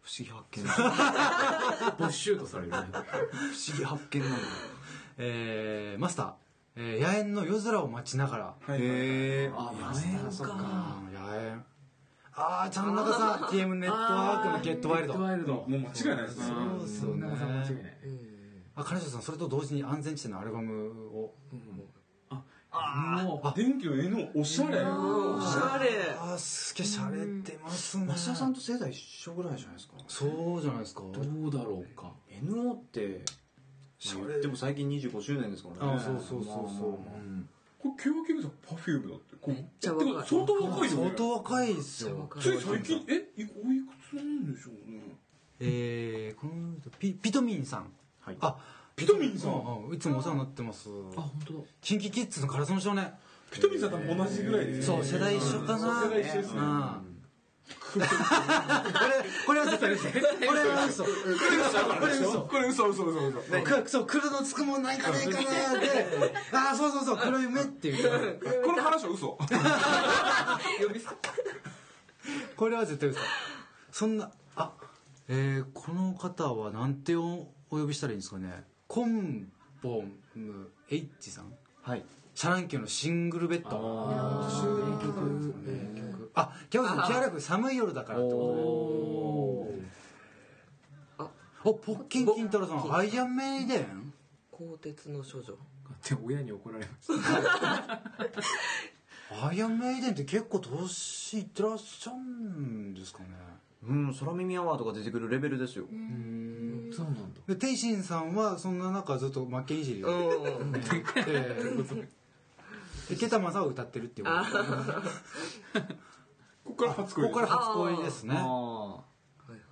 Speaker 4: 不思議発見不
Speaker 8: ボッシュートされるね
Speaker 4: 思議発見なんだ
Speaker 5: えーマスターえー野猿の夜空を待ちながら
Speaker 4: へえあマスターそっか
Speaker 5: うん野猿ああちゃん中さん TM ネットワークの「ゲットワイルド」
Speaker 8: ワイルド
Speaker 3: もう間違いないですね。
Speaker 5: そうですよね
Speaker 8: 中さん間違いない
Speaker 5: あ金城さんそれと同時に安全地帯のアルバムを
Speaker 3: あ電気の絵のおしゃれ。
Speaker 1: おしゃれ
Speaker 5: ああすげえしゃれてますね
Speaker 4: 増田さんと世代一緒ぐらいじゃないですか
Speaker 5: そうじゃないですか
Speaker 8: どうだろうか
Speaker 4: NO ってまあ言っても最近25周年ですからね
Speaker 5: あそうそうそうそう
Speaker 3: これ、ケワケブさん、パフュームだって。こう
Speaker 1: めっちゃ若い
Speaker 3: てか相当若いよ
Speaker 5: 相
Speaker 3: ね。
Speaker 5: 当若いですよ
Speaker 3: つい最近、え、いおいくつなんでしょうね。
Speaker 5: えー、この人ピピトミンさん、
Speaker 4: はい
Speaker 5: あ
Speaker 3: ピトミンさん
Speaker 5: うんうんいつもお世話になってます
Speaker 8: あ本当だ
Speaker 5: キンキキッズのからその少年
Speaker 3: ピトミンさん多分同じぐらいですよね。
Speaker 5: そう世代一緒かな
Speaker 3: 世代一緒ですね
Speaker 5: うん これこれは絶対嘘これは嘘これ嘘
Speaker 3: これ嘘嘘嘘嘘。
Speaker 5: くそう黒のつくもんないかねえかなって ああそうそうそう黒夢っていう
Speaker 3: この話は嘘。
Speaker 5: これは絶対嘘そんなあえー、この方はなんておお呼びしたらいいんですかねコンボム H さん
Speaker 4: はい
Speaker 5: シャランキューのシングルベッドあギャオさん TRF 寒い夜だからってこ
Speaker 8: お
Speaker 5: おポッケン金太郎さんアイアンメイデン
Speaker 1: 鋼鉄の少女
Speaker 8: って親に怒られました
Speaker 5: アイアンメイデンって結構年いってらっしゃるんですかね
Speaker 4: うん空耳アワーとか出てくるレベルですよ
Speaker 8: そうなんだ
Speaker 5: で天心さんはそんな中ずっと負けいじり
Speaker 1: う
Speaker 5: を
Speaker 1: ん
Speaker 5: ええ池田正を歌ってるっていう
Speaker 3: ここ
Speaker 5: こ
Speaker 3: から初
Speaker 5: こ
Speaker 3: 恋
Speaker 5: から初恋ですね
Speaker 8: あ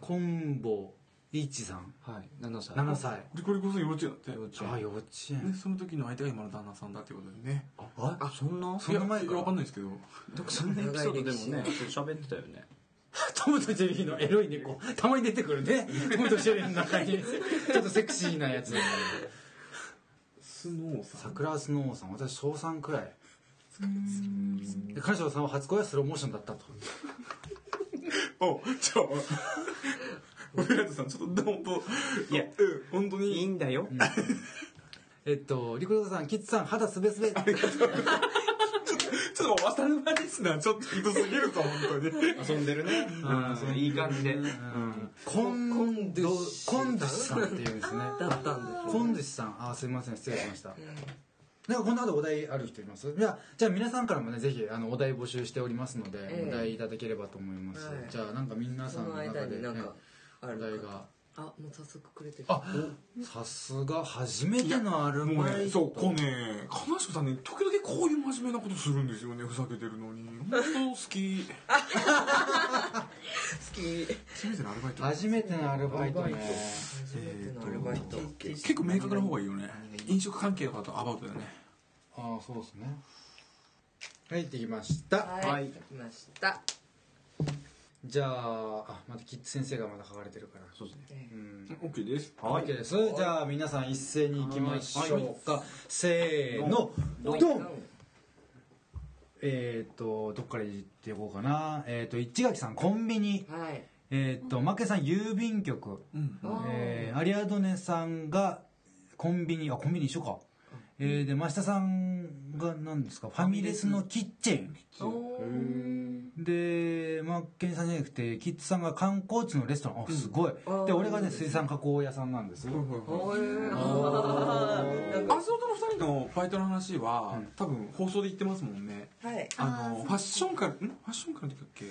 Speaker 5: コンボイチさん
Speaker 8: あはい7歳
Speaker 5: 7歳
Speaker 3: でこれこそ幼稚園だって、ね、
Speaker 5: あ幼稚園
Speaker 3: その時の相手が今の旦那さんだってことでね
Speaker 4: あそんな
Speaker 5: そんな前
Speaker 3: いや
Speaker 5: から
Speaker 3: わかんないですけど
Speaker 4: そんなエピソードでもね喋ってたよね
Speaker 5: トムとジェリーのエロい猫たまに出てくるねトムとジェリーの中にちょっとセクシーなやつ
Speaker 3: スノーさん
Speaker 5: 桜スノーさん私小3くらいで彼女さんは初恋はスローモーションだったと
Speaker 3: おち ょウェラトさんちょっと本当
Speaker 4: いや
Speaker 3: うん本当
Speaker 4: い
Speaker 3: に
Speaker 4: いんだよ
Speaker 5: えっとリクルートさんキッズさん肌すべすべ
Speaker 3: ちょっと渡るまリスナーちょっとひどすぎるか本当に
Speaker 4: 遊んでるねうんいい感じで
Speaker 5: コンド
Speaker 1: コ
Speaker 5: コン
Speaker 1: ン
Speaker 5: ド
Speaker 1: ド
Speaker 5: ゥ
Speaker 1: ゥ
Speaker 5: シ
Speaker 1: シ
Speaker 5: さ
Speaker 1: さ
Speaker 5: ん
Speaker 1: ん
Speaker 5: っていうんですね
Speaker 1: だったんです
Speaker 5: コンドゥシさんあすいません失礼しましたなんかこの後お題ある人いますじゃあじゃあ皆さんからもねぜひあのお題募集しておりますので、
Speaker 1: ええ
Speaker 5: お題いただければと思います、
Speaker 1: はい
Speaker 5: じゃあなんか皆さ
Speaker 1: そ
Speaker 5: んの
Speaker 1: の間
Speaker 5: 中で、
Speaker 1: に
Speaker 5: ね、
Speaker 1: なんかあ
Speaker 5: お
Speaker 1: る
Speaker 5: 題
Speaker 1: か
Speaker 5: が
Speaker 1: あもう早速くれてる
Speaker 5: あさすが初めてのアル
Speaker 3: もう
Speaker 5: バ
Speaker 3: ね
Speaker 5: イ
Speaker 3: そ
Speaker 5: ト
Speaker 3: うこうね金子さんね時々こういう真面目なことするんですよねふざけてるのに本当好き
Speaker 1: 好き
Speaker 3: 初めてのアルバイト
Speaker 5: 初めてのアルバイトね
Speaker 1: 初めてのアルバイト
Speaker 3: 結構明確な方がいいよね飲食関係とかだとアバウトだよね
Speaker 5: ああそうですねはいできました、
Speaker 1: はいできました
Speaker 5: じゃああまたキッズ先生がまだ書かれてるからそうですね
Speaker 3: オッケーです
Speaker 5: はい、OK です。じゃあ皆さん一斉に行きましょうか。せーの、ドン。えっ、とどっから行っていこうかな。えっ、と市垣さんコンビニ。
Speaker 1: はい
Speaker 5: えっ、とマケさん郵便局。えーアリアドネさんがコンビニあコンビニ一緒か。えー、で増田さんが何ですかファミレスのキッチンでマッケンさんじゃなくてキッズさんが観光地のレストランあすごい、で俺がね水産加工屋さんなんですよ、
Speaker 1: おーあーなんか
Speaker 3: アスロトの二人のバイトの話は、多分放送で言ってますもんね
Speaker 1: はい
Speaker 3: あのファッションからんファッションからの時だっけ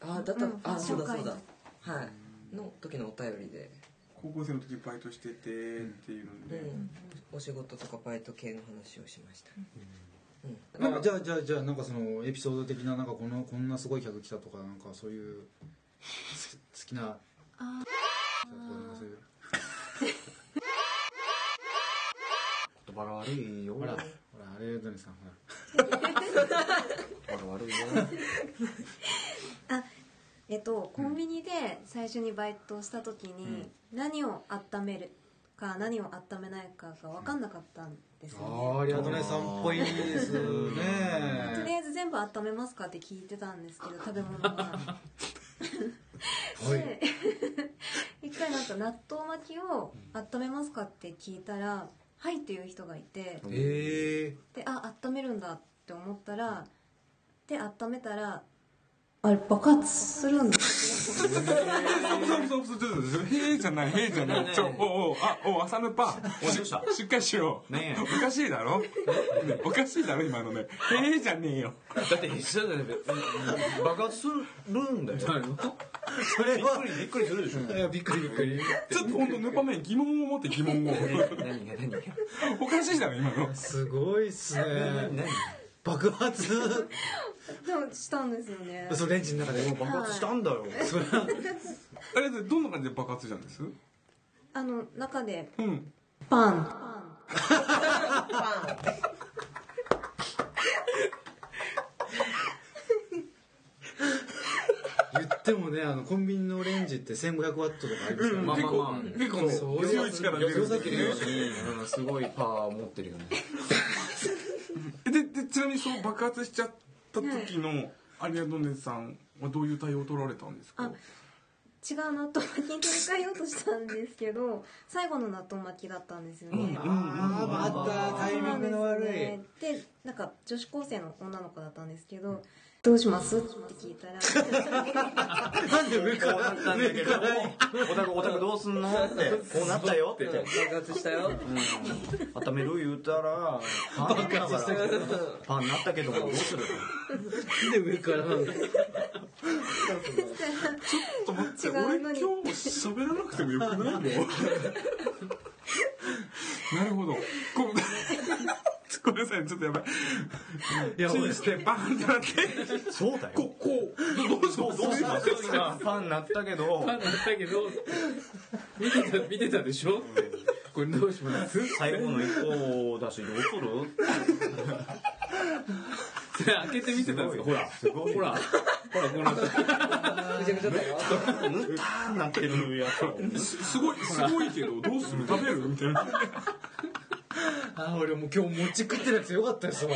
Speaker 1: あだった、
Speaker 2: うん
Speaker 1: あそうだ
Speaker 2: 紹介
Speaker 1: そうだはいの時のお便りで、
Speaker 3: 高校生の時バイトしててっていうの
Speaker 1: うんお仕事とかバイト系の話をしました、
Speaker 5: なんかじゃあじゃあじゃあなんかそのエピソード的ななんかこのこんなすごい客来たとかなんかそういうす好きななんかそういう
Speaker 4: 言葉が悪いよ
Speaker 5: ほらほらあれドネさんほら
Speaker 4: 言葉が悪いよ
Speaker 2: えっとコンビニで最初にバイトした時に何を温めるか何を温めないかが分かんなかったんですよね
Speaker 5: あーリアドネさんっぽいですね
Speaker 2: とりあえず全部温めますかって聞いてたんですけど食べ物がで一回なんか納豆巻きを温めますかって聞いたら「はい」っていう人がいて
Speaker 5: え
Speaker 2: であ温めるんだって思ったらで温めたらあれ爆発するんだ
Speaker 3: そうそうそうそうそうへえじゃないへえじゃないちょおうおうあおう浅野パンししっかりしろ
Speaker 4: ね
Speaker 3: おかしいだろねおかしいだろ今のねへえじゃねえよ
Speaker 4: だって一緒だよね爆発するんだよそれはびっくりびっくりするでしょ
Speaker 5: ー、いやびっくりびっくり
Speaker 3: ちょっと本当ぬぱめ疑問を持って疑問を
Speaker 4: 何が何が
Speaker 3: おかしいだろ今の
Speaker 5: すごいっすね
Speaker 4: 何
Speaker 5: 爆発
Speaker 2: でもしたんですよね
Speaker 5: そうレンジの中でもう
Speaker 4: 爆発したんだよ
Speaker 3: あれでどんな感じで爆発したんです
Speaker 2: あの中で
Speaker 3: うん
Speaker 2: パン
Speaker 5: 言ってもねあのコンビニのレンジって1500ワットとかありますから、
Speaker 8: まあまあまあ
Speaker 3: 結構ね
Speaker 5: そう
Speaker 3: 強い力出るんだ
Speaker 8: 避
Speaker 3: よ
Speaker 8: けるよ
Speaker 3: ね
Speaker 8: うにうんすごいパワーを持ってるよね
Speaker 3: ででちなみにその爆発しちゃった時のアリアドネさんはどういう対応を取られたんですか
Speaker 2: あ違う納豆巻きに取り替えようとしたんですけど最後の納豆巻きだったんですよね、
Speaker 5: ああまたタイミングの悪い
Speaker 2: でななんか女子高生の女の子だったんですけど「どうします?」って聞いたら
Speaker 4: こうなったんだけどオタクオタクどうすんのってこうなったよって
Speaker 1: 爆発したよ
Speaker 4: 温める言うたらパンだからパンなったけどもどうする
Speaker 8: で上から
Speaker 3: ちょっと待って
Speaker 2: 違う
Speaker 3: 俺
Speaker 2: のに
Speaker 3: 今日喋らなくてもよく ないのなるほどこんごめんなさいちょっとやばいチンしてバーンってなって
Speaker 4: そうだよ
Speaker 3: ここうどうし
Speaker 4: ど
Speaker 3: よ
Speaker 4: うどうします今パンなったけど
Speaker 8: パンだったけど見てた見てたでしょこれどうします
Speaker 4: 最後の一個だしどうする
Speaker 8: それ開けて見てたんですかほら
Speaker 4: すごい
Speaker 8: ほらほらこの
Speaker 1: ぐちゃぐちゃだよ
Speaker 4: ぬたーなってるやつを
Speaker 3: すすごいすごいけどどうする食べるみたいな
Speaker 8: ああ俺もう今日餅食ってるやつよかった ですわ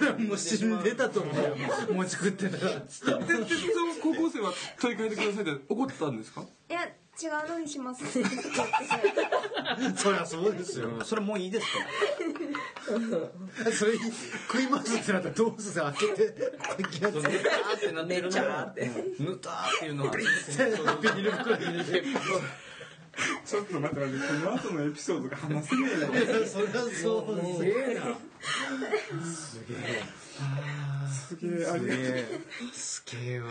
Speaker 8: 俺もう死んでたと思う餅食ってたから
Speaker 3: ででその高校生は取り替えてくださいって怒ったんですか
Speaker 2: 「いや違うのにします」って言 って
Speaker 4: そりゃそうですよそれもういいですか
Speaker 5: それ食いますってなったらどうする開けて開
Speaker 4: そ
Speaker 5: け
Speaker 4: うぬたーってなってるのをうんぬたーっていうのは
Speaker 5: てビニール袋に入れて
Speaker 3: ちょっと待って待ってこの後のエピソードが話せねえない
Speaker 5: やそりゃそうですよ
Speaker 3: すげえありがとう
Speaker 4: すげえわ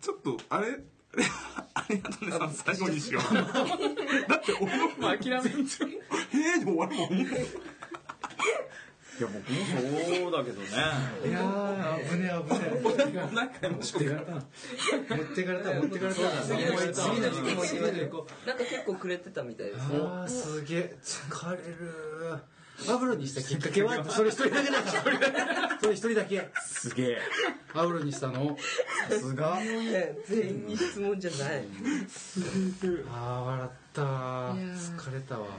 Speaker 3: ちょっとあれ ありがとうねさん最後にしよう だって俺も
Speaker 8: もう諦め
Speaker 3: へえでも終わるもん
Speaker 4: いや僕もそうだけどね
Speaker 5: いやー危ねえ危ね
Speaker 3: 何回もしようか
Speaker 5: え持ってかれた持ってかれたもう次の時期も次の時期も
Speaker 1: なんか結構くれてたみたいです
Speaker 5: あーすげえ疲れるアブロにしたきっかけはそれ一人だけだからそれ一人だけ
Speaker 4: すげえ
Speaker 5: アブロにしたの
Speaker 4: さすが
Speaker 1: ね全員に質問じゃないよ
Speaker 5: あー笑った疲れたわ
Speaker 1: か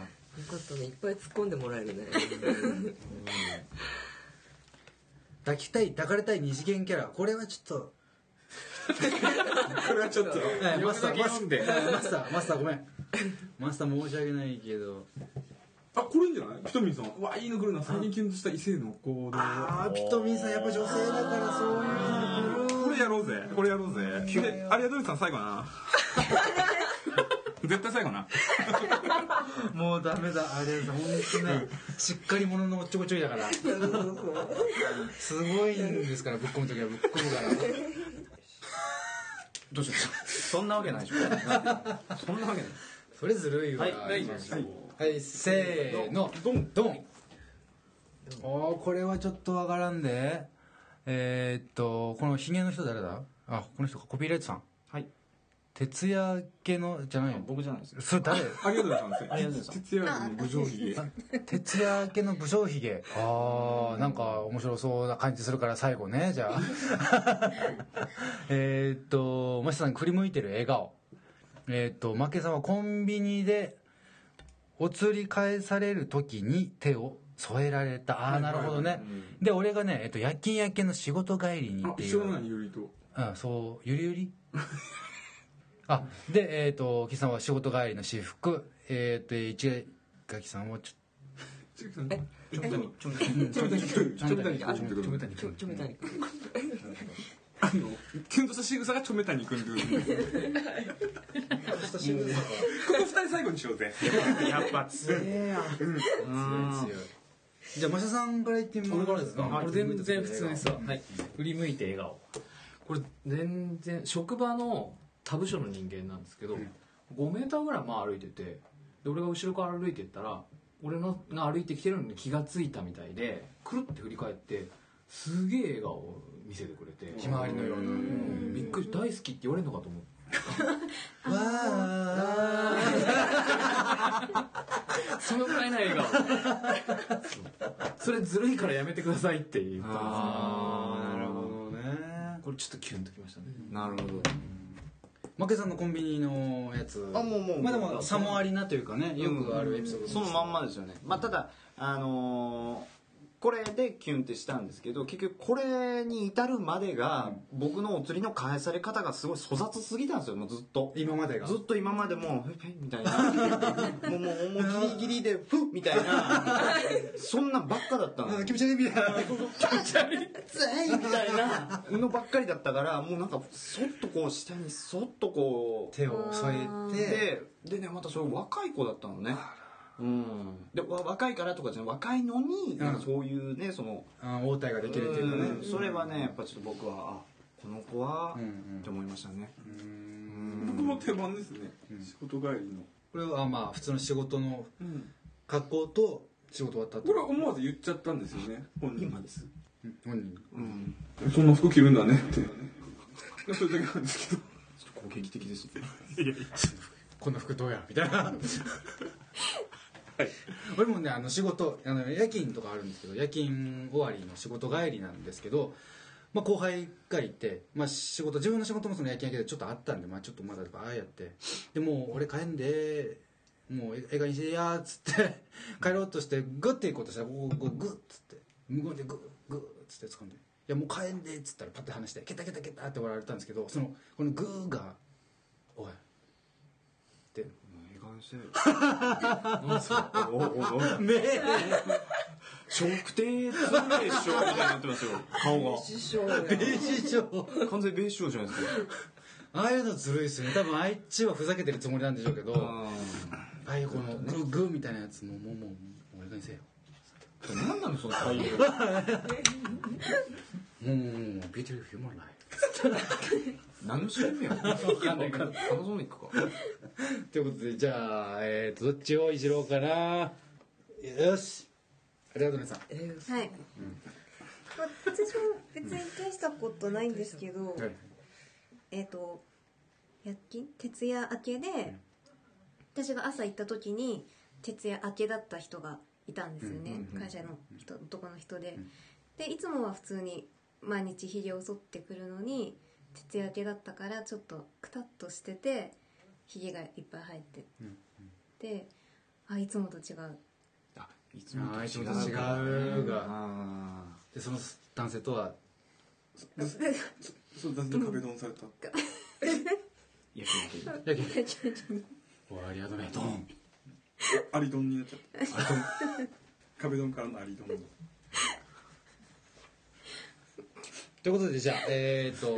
Speaker 1: ったねいっぱい突っ込んでもらえるね
Speaker 5: 抱きたい抱かれたい二次元キャラこれはちょっと
Speaker 3: これはちょっと
Speaker 5: はいマスター
Speaker 8: 読むだ
Speaker 5: マ
Speaker 8: け読んで
Speaker 5: スターマスターマスターごめんマスター申し訳ないけど
Speaker 3: あこれいいんじゃないひとみんさんわあいいのくるな最近キュンとした異性の行動
Speaker 5: あーピトミンさんやっぱ女性だからそういう
Speaker 3: これやろうぜこれやろうぜでありがとうねさん最後な絶対最後な
Speaker 5: もうダメだあれ本当ねしっかり者のおっちょこちょいだからすごいんですからぶっ込む時はぶっ込むから
Speaker 4: どうしようそんなわけないでしょそんなわけない
Speaker 5: それずるいわ
Speaker 4: はい
Speaker 5: はい、せーのドンドンおーこれはちょっとわからんでえー、っとこのヒゲの人誰だあこの人かコピーライトさん
Speaker 4: はい
Speaker 5: 徹夜系のじゃないよ
Speaker 4: 僕じゃないです
Speaker 5: それ誰
Speaker 3: ありがとうねさんです
Speaker 4: あり がとうねさん
Speaker 3: 徹夜の無情ひげ
Speaker 5: 徹夜系の武将ひげああなんか面白そうな感じするから最後ねじゃあ えーっとマシさん振り向いてる笑顔えーっとマケさんはコンビニでお釣り返される時に手を添えられたああなるほどねで俺がね、えっと夜勤明けの仕事帰りに
Speaker 3: あ
Speaker 5: ってい
Speaker 3: 一緒
Speaker 5: う
Speaker 3: なのにゆりと
Speaker 5: うん、そう、ゆりゆりあ、で、えっ、と、岸さんは仕事帰りの私服、えっ、と、一垣さんはちょ
Speaker 3: ちょっと待って
Speaker 4: ちょびたにちょび
Speaker 3: ちょっと待ってちょっと待って
Speaker 1: あちょちょちょめたい
Speaker 3: あのキュンとした仕草がちょめたに行くんでここ二人最後にしようぜ
Speaker 4: やっぱ強えやうん
Speaker 5: じゃあ、マシャさんから言ってみます俺からです
Speaker 8: これ全然普通にさ、はい、振り向いて笑顔これ全然職場の他部署の人間なんですけど、5メーターぐらいまあ歩いててで俺が後ろから歩いてったら俺のが歩いてきてるのに気がついたみたいでくるって振り返ってすげえ笑顔を見せてくれて
Speaker 5: ひまわりのような。
Speaker 8: うんびっくり大好きって言われるのかと思って
Speaker 5: わ
Speaker 8: そのぐらいの笑顔そうそれずるいからやめてくださいって言ったんです
Speaker 5: あなるほどね
Speaker 8: ね。これちょっとキュンときましたね
Speaker 5: なるほど。マケさんのコンビニのやつ。
Speaker 4: あもうもう
Speaker 5: まあでも、差もありなというかね、よくあるエピソード。
Speaker 4: そのまんまですよねまあただあのーこれでキュンってしたんですけど結局これに至るまでが僕のお釣りの返され方がすごい粗雑すぎたんですよもうずっと
Speaker 5: 今までが
Speaker 4: ずっと今までもう「ええみたいなもうもうもうギリギリで「ふっ」みたいなそんなんばっかだったの
Speaker 5: あ気持ち悪いみたいな
Speaker 4: ついみたいなのばっかりだったからもうなんかそっとこう下にそっとこう
Speaker 5: 手を添えて
Speaker 4: ででねまたそれ若い子だったのねうんでわ若いからとかじゃない若いのに、なんかそういうねその
Speaker 5: あ応対ができるっていうかね
Speaker 4: うんそれはねやっぱちょっと僕はあこの子は、
Speaker 5: うんうん
Speaker 4: って思いましたね
Speaker 3: 僕も定番ですね、仕事帰りの
Speaker 5: これはまあ普通の仕事の
Speaker 3: ん
Speaker 5: 格好と仕事終わった
Speaker 3: これ
Speaker 5: と
Speaker 3: 思わず言っちゃったんですよね本人今です
Speaker 5: 本人
Speaker 3: うんそんな服着るんだねってそれだけなんですけど
Speaker 4: 攻撃的ですね
Speaker 5: この服どうやみたいな俺もねあの仕事あの夜勤とかあるんですけど夜勤終わりの仕事帰りなんですけど、まあ、後輩がいて、まあ、仕事自分の仕事もその夜勤明けでちょっとあったんで、まあ、ちょっとまだとかああやってでもう俺帰んでもうえええかげにしてやーっつって帰ろうとしてグッて行こうとしたらこうこうグッつって無言でグッグッつって掴んで「いやもう帰んで」っつったらパッて離して「ケタケタケタ」って笑われたんですけどそのこのグーが「おい」って
Speaker 4: ええ感じでなんすかおおお
Speaker 5: ねえ
Speaker 4: 食亭通礼師匠みたいになってますよ顔が
Speaker 1: 師匠や
Speaker 5: 米師匠
Speaker 4: 完全に米師匠じゃないですか
Speaker 5: ああいうのずるいですよね多分あいつはふざけてるつもりなんでしょうけどあ
Speaker 4: あ
Speaker 5: あいうこのグーグーみたいなやつももうもうもう俺がにせえよ
Speaker 4: ー何なのその対応
Speaker 5: もうもうもうもう Beautiful Human Life
Speaker 4: 何の仕組みやわかんないけどアマゾン行くか
Speaker 5: ということでじゃあえーとどっちをいじろうかなよしありがとうねさん
Speaker 2: はい、私も別に大したことないんですけど、
Speaker 5: はい
Speaker 2: えっ、と夜勤徹夜明けで私が朝行った時に徹夜明けだった人がいたんですよね、会社の人男の人で、でいつもは普通に毎日ひげを剃ってくるのに徹夜明けだったからちょっとくたっとしててひげがいっぱい生えて、であいつもと違う
Speaker 4: あいつも
Speaker 5: あ
Speaker 4: と
Speaker 5: あいつもと
Speaker 4: 違
Speaker 5: 違
Speaker 4: う
Speaker 5: うが
Speaker 4: あー
Speaker 5: でその男性とは
Speaker 3: そうだって壁ドンされた
Speaker 4: いやいやいや
Speaker 5: やけんおいありがとうねドン
Speaker 3: アリドンになっちゃったアリドン壁ドンからのアリドン
Speaker 5: ということでじゃあえーと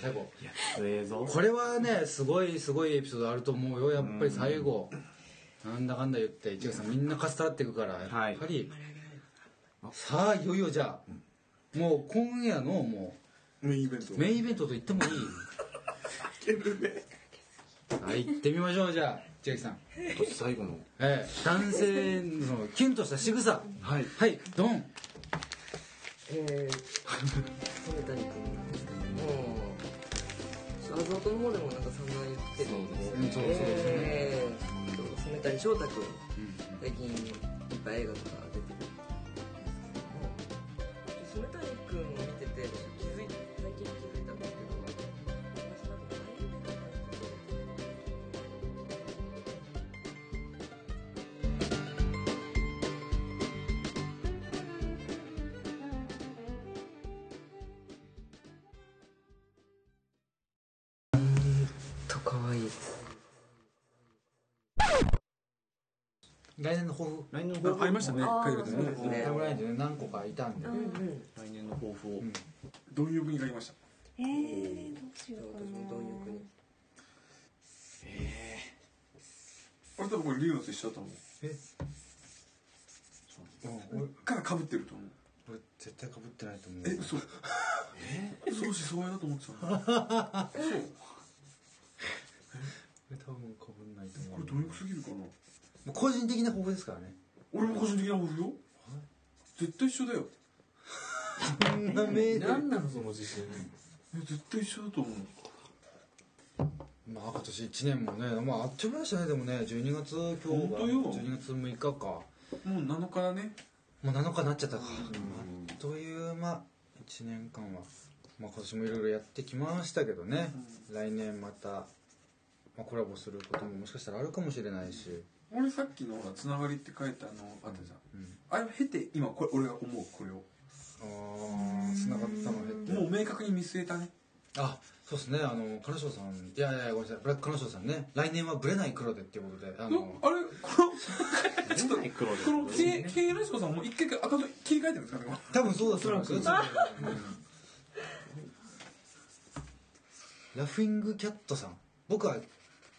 Speaker 5: 最後
Speaker 4: いやつええぞ
Speaker 5: これはねすごいすごいエピソードあると思うよやっぱり最後なんだかんだ言って一垣さんみんなかっさらっていくからやっぱり、さあいよいよじゃあもう今夜のも
Speaker 3: メインイベント
Speaker 5: うメインイベントと言って もいいはい行ってみましょうじゃあ一垣さん、
Speaker 4: 最後の
Speaker 5: ええ男性のそのキュンとした仕草はい、はい、ドン
Speaker 1: えー、染谷君なんですけどもちょっとアゾートの方でもなんか散々言ってるんで
Speaker 5: そうですねそうですね
Speaker 1: えーと染谷翔太君最近いっぱい映画とか出てる染谷君を見てて気づい最近気づいたんですけど私なんか眉毛がと可愛いです
Speaker 5: 来年の抱負
Speaker 4: 来年の抱負
Speaker 3: ありましたね
Speaker 2: あー
Speaker 3: 海外で
Speaker 2: そう
Speaker 3: ね
Speaker 2: です
Speaker 1: ね
Speaker 5: タイムラインでね何個かいたんで、
Speaker 2: うん
Speaker 4: 来年の抱負を
Speaker 3: 貪欲に書きました
Speaker 2: えー、どうしようか
Speaker 1: 私も貪欲
Speaker 2: な
Speaker 1: に
Speaker 3: これ多分これ龍のと一緒だと思うえからかぶってると思う
Speaker 5: 俺絶対かぶってないと思う
Speaker 3: え嘘え相思相愛だと思ってたの
Speaker 5: 俺多分かぶんないと思
Speaker 3: これ貪欲すぎるかな
Speaker 5: う個人的な抱負ですからね
Speaker 3: 俺も個人的な抱負よ絶対一緒だよ
Speaker 8: 何なのその自信
Speaker 3: え絶対一緒だと思う
Speaker 5: まあ今年1年もね、まあ、あっという間でしたねでもね12月今日
Speaker 3: 本
Speaker 5: が
Speaker 3: 当よ
Speaker 5: 12月6日かも
Speaker 3: もう7日だね
Speaker 5: う7日になっちゃったかあっという間1年間は、まあ、今年もいろいろやってきましたけどね、来年また、まあ、コラボすることももしかしたらあるかもしれないし
Speaker 3: 俺さっきのほらつながりって書いたのあったじゃん、あれを経て今これ俺が思うこれを
Speaker 10: ああつながったの減って
Speaker 3: もう明確に見据えたね
Speaker 5: あそうですねあの金賞さんいやいやごめんなさいブラ金賞さんね来年はブレない黒でっていうことであの
Speaker 3: あれこのちょっとこの K, K ラジコさんも一回アカウント切り替えてるんですかねこれ
Speaker 5: 多分そうだと思うんですよラフィングキャットさん僕は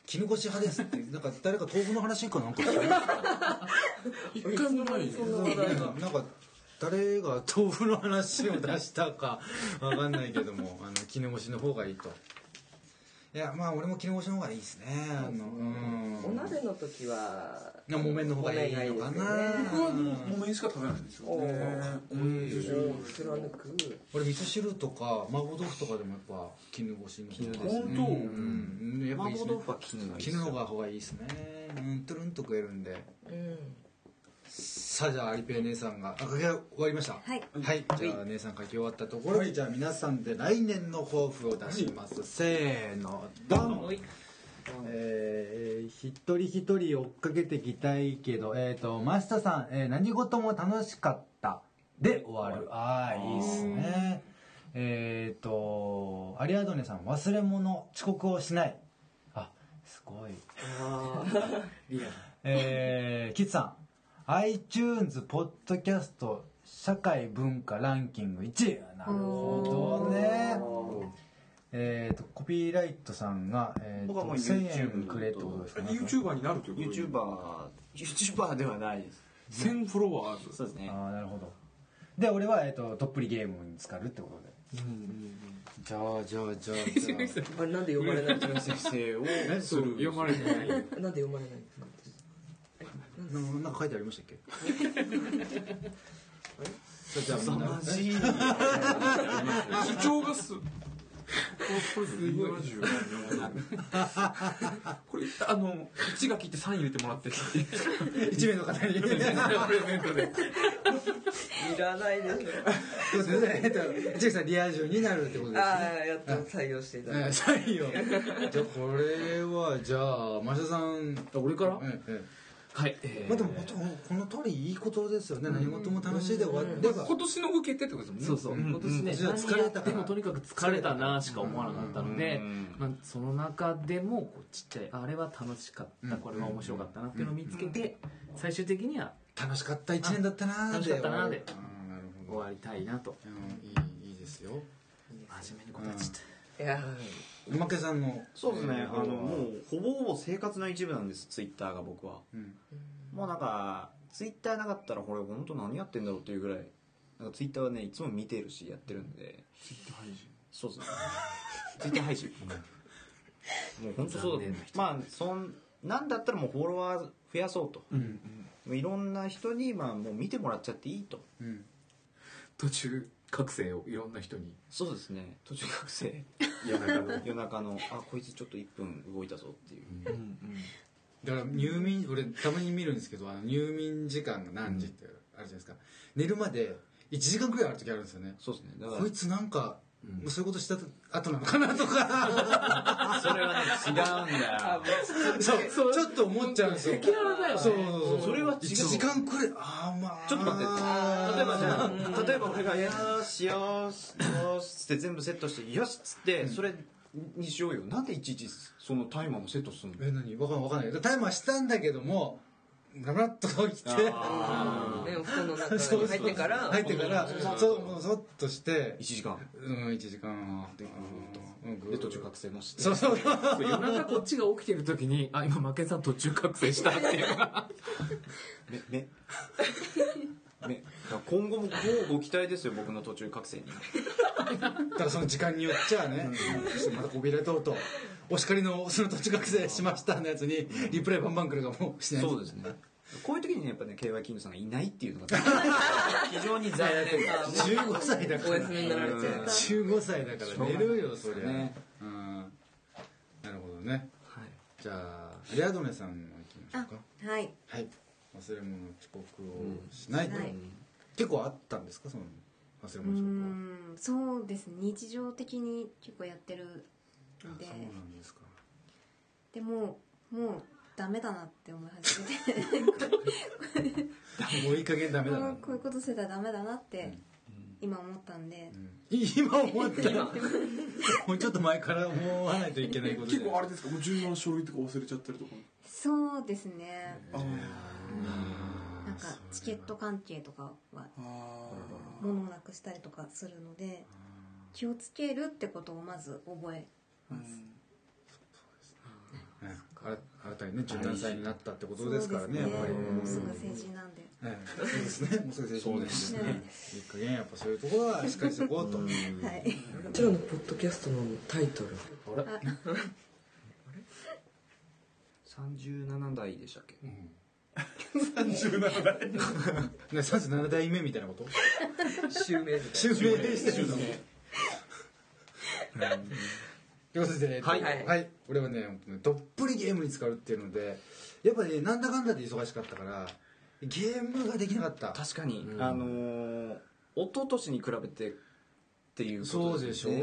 Speaker 5: 絹ごし派ですってなんか誰か豆腐の話かなんか
Speaker 3: 一回もない
Speaker 1: そんな話題が
Speaker 5: なんか誰が豆腐の話を出したかわかんないけどもあの絹ごしの方がいいといやまあ俺も絹ごしの方がいいですねあのうん
Speaker 1: お鍋の時は
Speaker 5: な木綿の方がいいのかな、
Speaker 3: 僕はもう木綿しか食べないんですよ
Speaker 1: お
Speaker 3: ね
Speaker 1: ーかっこいい貫く
Speaker 5: 俺味噌汁とか麻婆豆腐とかでもやっぱ絹ごしの方が
Speaker 3: 本当、
Speaker 5: うんやっぱいいですね
Speaker 4: 腐は絹が
Speaker 5: 絹の方が方がいいですねうんトゥルンと食えるんで
Speaker 1: うん
Speaker 5: さあじゃあアリペイ姉さんがあ書き終わりました
Speaker 2: はい
Speaker 5: はい、じゃあ姉さん書き終わったところで、じゃあ皆さんで来年の抱負を出します、せーのドン、
Speaker 10: えー一人一人追っかけていきたいけど、えっ、と、マスタさん、えー何事も楽しかった。で終わる。ああ、いいっすね。えっ、と、アリアドネさん、忘れ物、遅刻をしない。あ、すごい。えー、キッズさん、iTunes、ポッドキャスト、社会文化ランキング1位。なるほどね。えー、と、コピーライトさんが、えー、と
Speaker 4: 僕はもう
Speaker 10: 1000円
Speaker 4: YouTube
Speaker 10: くれってことですかね。
Speaker 3: YouTuber になるということ
Speaker 4: YouTuber、YouTuber ではないです。
Speaker 3: 1000フォロワーズ
Speaker 4: そうですね。
Speaker 10: ああ、なるほど。で、俺は、えっ、と、どっぷりゲームに浸かるってことで。
Speaker 5: じゃあじゃあじゃあじゃあ
Speaker 1: あれなんで呼ばれないんです
Speaker 4: 先生を、
Speaker 8: そう読まれてないよ
Speaker 1: かなんで呼ばれないんですか
Speaker 5: ななんか書いてありましたっけさあじゃあみんな
Speaker 4: 凄まじい。
Speaker 3: 主張がすこれすごいこれあの1が切って3入れてもらって
Speaker 5: 一名の方 に
Speaker 1: いらないでしょ
Speaker 5: そうですね。えっと、ジェクさん、リア充になるってことです
Speaker 1: あ
Speaker 5: ね。
Speaker 1: あやっと採用していただい
Speaker 5: え
Speaker 1: て
Speaker 5: サインを。じゃあ、これは、じゃあ、マシャさん。
Speaker 8: 俺から、
Speaker 5: ええ
Speaker 8: はい、えー
Speaker 5: まあでも、本当この通りいいことですよね。何事も楽しいで終われば。
Speaker 3: 今年のご決定ってことです
Speaker 8: そ
Speaker 3: もん
Speaker 8: う
Speaker 3: ね
Speaker 8: そう、今年ね、
Speaker 5: うん
Speaker 8: 何
Speaker 5: 疲れた
Speaker 8: や
Speaker 5: から
Speaker 8: ってもとにかく疲れたなしか思わなかったので、まあ、その中でもこうちっちゃいあれは楽しかった、これは面白かったなっていうのを見つけて、最終的には
Speaker 5: 楽しかった一年だったなー
Speaker 8: 楽しかったなー
Speaker 5: で
Speaker 8: で
Speaker 5: うんなる
Speaker 8: 終わりたいなと
Speaker 5: ほどうんいいいいですよ。
Speaker 8: 真面目に答えちゃった、
Speaker 1: いや
Speaker 5: おまけさんの。
Speaker 4: そうですね。あの、も
Speaker 5: う。
Speaker 4: う、ほぼほぼ生活の一部なんです、Twitter が僕は。
Speaker 5: ん
Speaker 4: もうなんか、Twitter なかったら、これ本当何やってんだろうっていうぐらい、なんか Twitter はね、いつも見てるし、やってるんで。そうですね。Twitter 配信。もう本当そうだね。まあ、そん、なんだったらもうフォロワー増やそうと。いろんな人に、まあ、もう見てもらっちゃっていいと。
Speaker 8: 途中覚醒をいろんな人に
Speaker 4: そうですね。途中学生。
Speaker 8: 夜中 の
Speaker 4: 夜中の、あ、こいつちょっと1分動いたぞっていう。
Speaker 5: だから、入眠、俺、たまに見るんですけど、あの入眠時間が何時ってあるじゃないですか。寝るまで、一時間くらいある時あるんですよね。
Speaker 4: そうですね。だから
Speaker 5: こいつなんか、もうそういうことした後なのかなとか
Speaker 4: それはね、違うん だよ。
Speaker 5: そうちょっと思っちゃうんですよ
Speaker 8: 赤裸々だよね
Speaker 5: そうそうそう
Speaker 4: それは違う
Speaker 5: 1時間くらいああまあ
Speaker 4: ちょっと待って。例えばじゃあ、例えば俺が、よーし、よーし、よーしって全部セットして、よしっつって、それにしようよ。なんでいちいちそのタイマーもセットすんの
Speaker 5: え何わかんないわかんないけどタイマーしたんだけどもララッと起きて
Speaker 4: あ
Speaker 1: ねお布団の中に入ってから
Speaker 5: 入ってからそうもうそっとして
Speaker 4: 1時間。
Speaker 5: うん1時間で
Speaker 4: で、途中覚醒のして。
Speaker 5: そうそう
Speaker 8: 夜中こっちが起きてる時にあ今負けさん途中覚醒したっていう
Speaker 4: 目、目。目。だから今後もこうご期待ですよ、僕の途中覚醒に。
Speaker 5: だからその時間によっちゃねそしてまたこびれとうとお叱りのその途中学生しましたのやつにリプレイバンバン来るかもしれない
Speaker 4: そう
Speaker 5: す
Speaker 4: ですね。こういう時にね、やっぱね、KY キングさんがいないっていうのが、 非常に残念だ
Speaker 1: あ
Speaker 5: 15歳だから
Speaker 1: お休みになられて
Speaker 5: 15歳だから寝るよそりゃ、
Speaker 4: ね
Speaker 5: うんなるほどね、じゃあリアドネさんのいきましょうか
Speaker 2: はい
Speaker 5: はい忘れ物遅刻をしない、
Speaker 2: はい
Speaker 5: 結構あったんですかその忘れ
Speaker 2: う
Speaker 5: 物遅刻は
Speaker 2: んそうですね日常的に結構やってるの
Speaker 5: あ
Speaker 2: で
Speaker 5: そうなんですか
Speaker 2: でももうダメだなって思い始めて
Speaker 5: もういい加減ダ
Speaker 2: こ
Speaker 5: メだな
Speaker 2: うこういうことしてたらダメだなって今思ったんで、
Speaker 5: 今思ったよもうちょっと前から思わないといけないこと
Speaker 3: 結構あ
Speaker 5: れ
Speaker 3: れですかもう重要な書類とか忘れちゃったりとか
Speaker 2: そうですね
Speaker 3: あ
Speaker 2: なんかチケット関係とかは
Speaker 3: あー
Speaker 2: 物をなくしたりとかするので気をつけるってことをまず覚え
Speaker 3: うん
Speaker 5: 新たにね17歳になったってことですからね
Speaker 2: そ
Speaker 5: や
Speaker 2: う
Speaker 5: っ
Speaker 2: で
Speaker 5: ぱ
Speaker 2: す
Speaker 5: り
Speaker 2: ねもうすぐ成人なんで
Speaker 5: ええそうですねもうすぐ成人なんで
Speaker 2: ね
Speaker 5: いい加減やっぱそういうところはしっかりしておこうと
Speaker 2: はい
Speaker 1: こちらのポッドキャストのタイトル
Speaker 4: 37代でしたっけ
Speaker 5: ね37代目みたいなこと
Speaker 1: 襲名
Speaker 5: 襲名してるのということで、
Speaker 1: はい
Speaker 5: はい、俺はね本当ねどっぷりゲームに使うっていうのでやっぱねなんだかんだで忙しかったからゲームができなかった
Speaker 4: 確かに、あのー、一昨年に比べてっていうこ
Speaker 5: そ
Speaker 4: と
Speaker 5: うでしょ、
Speaker 4: ね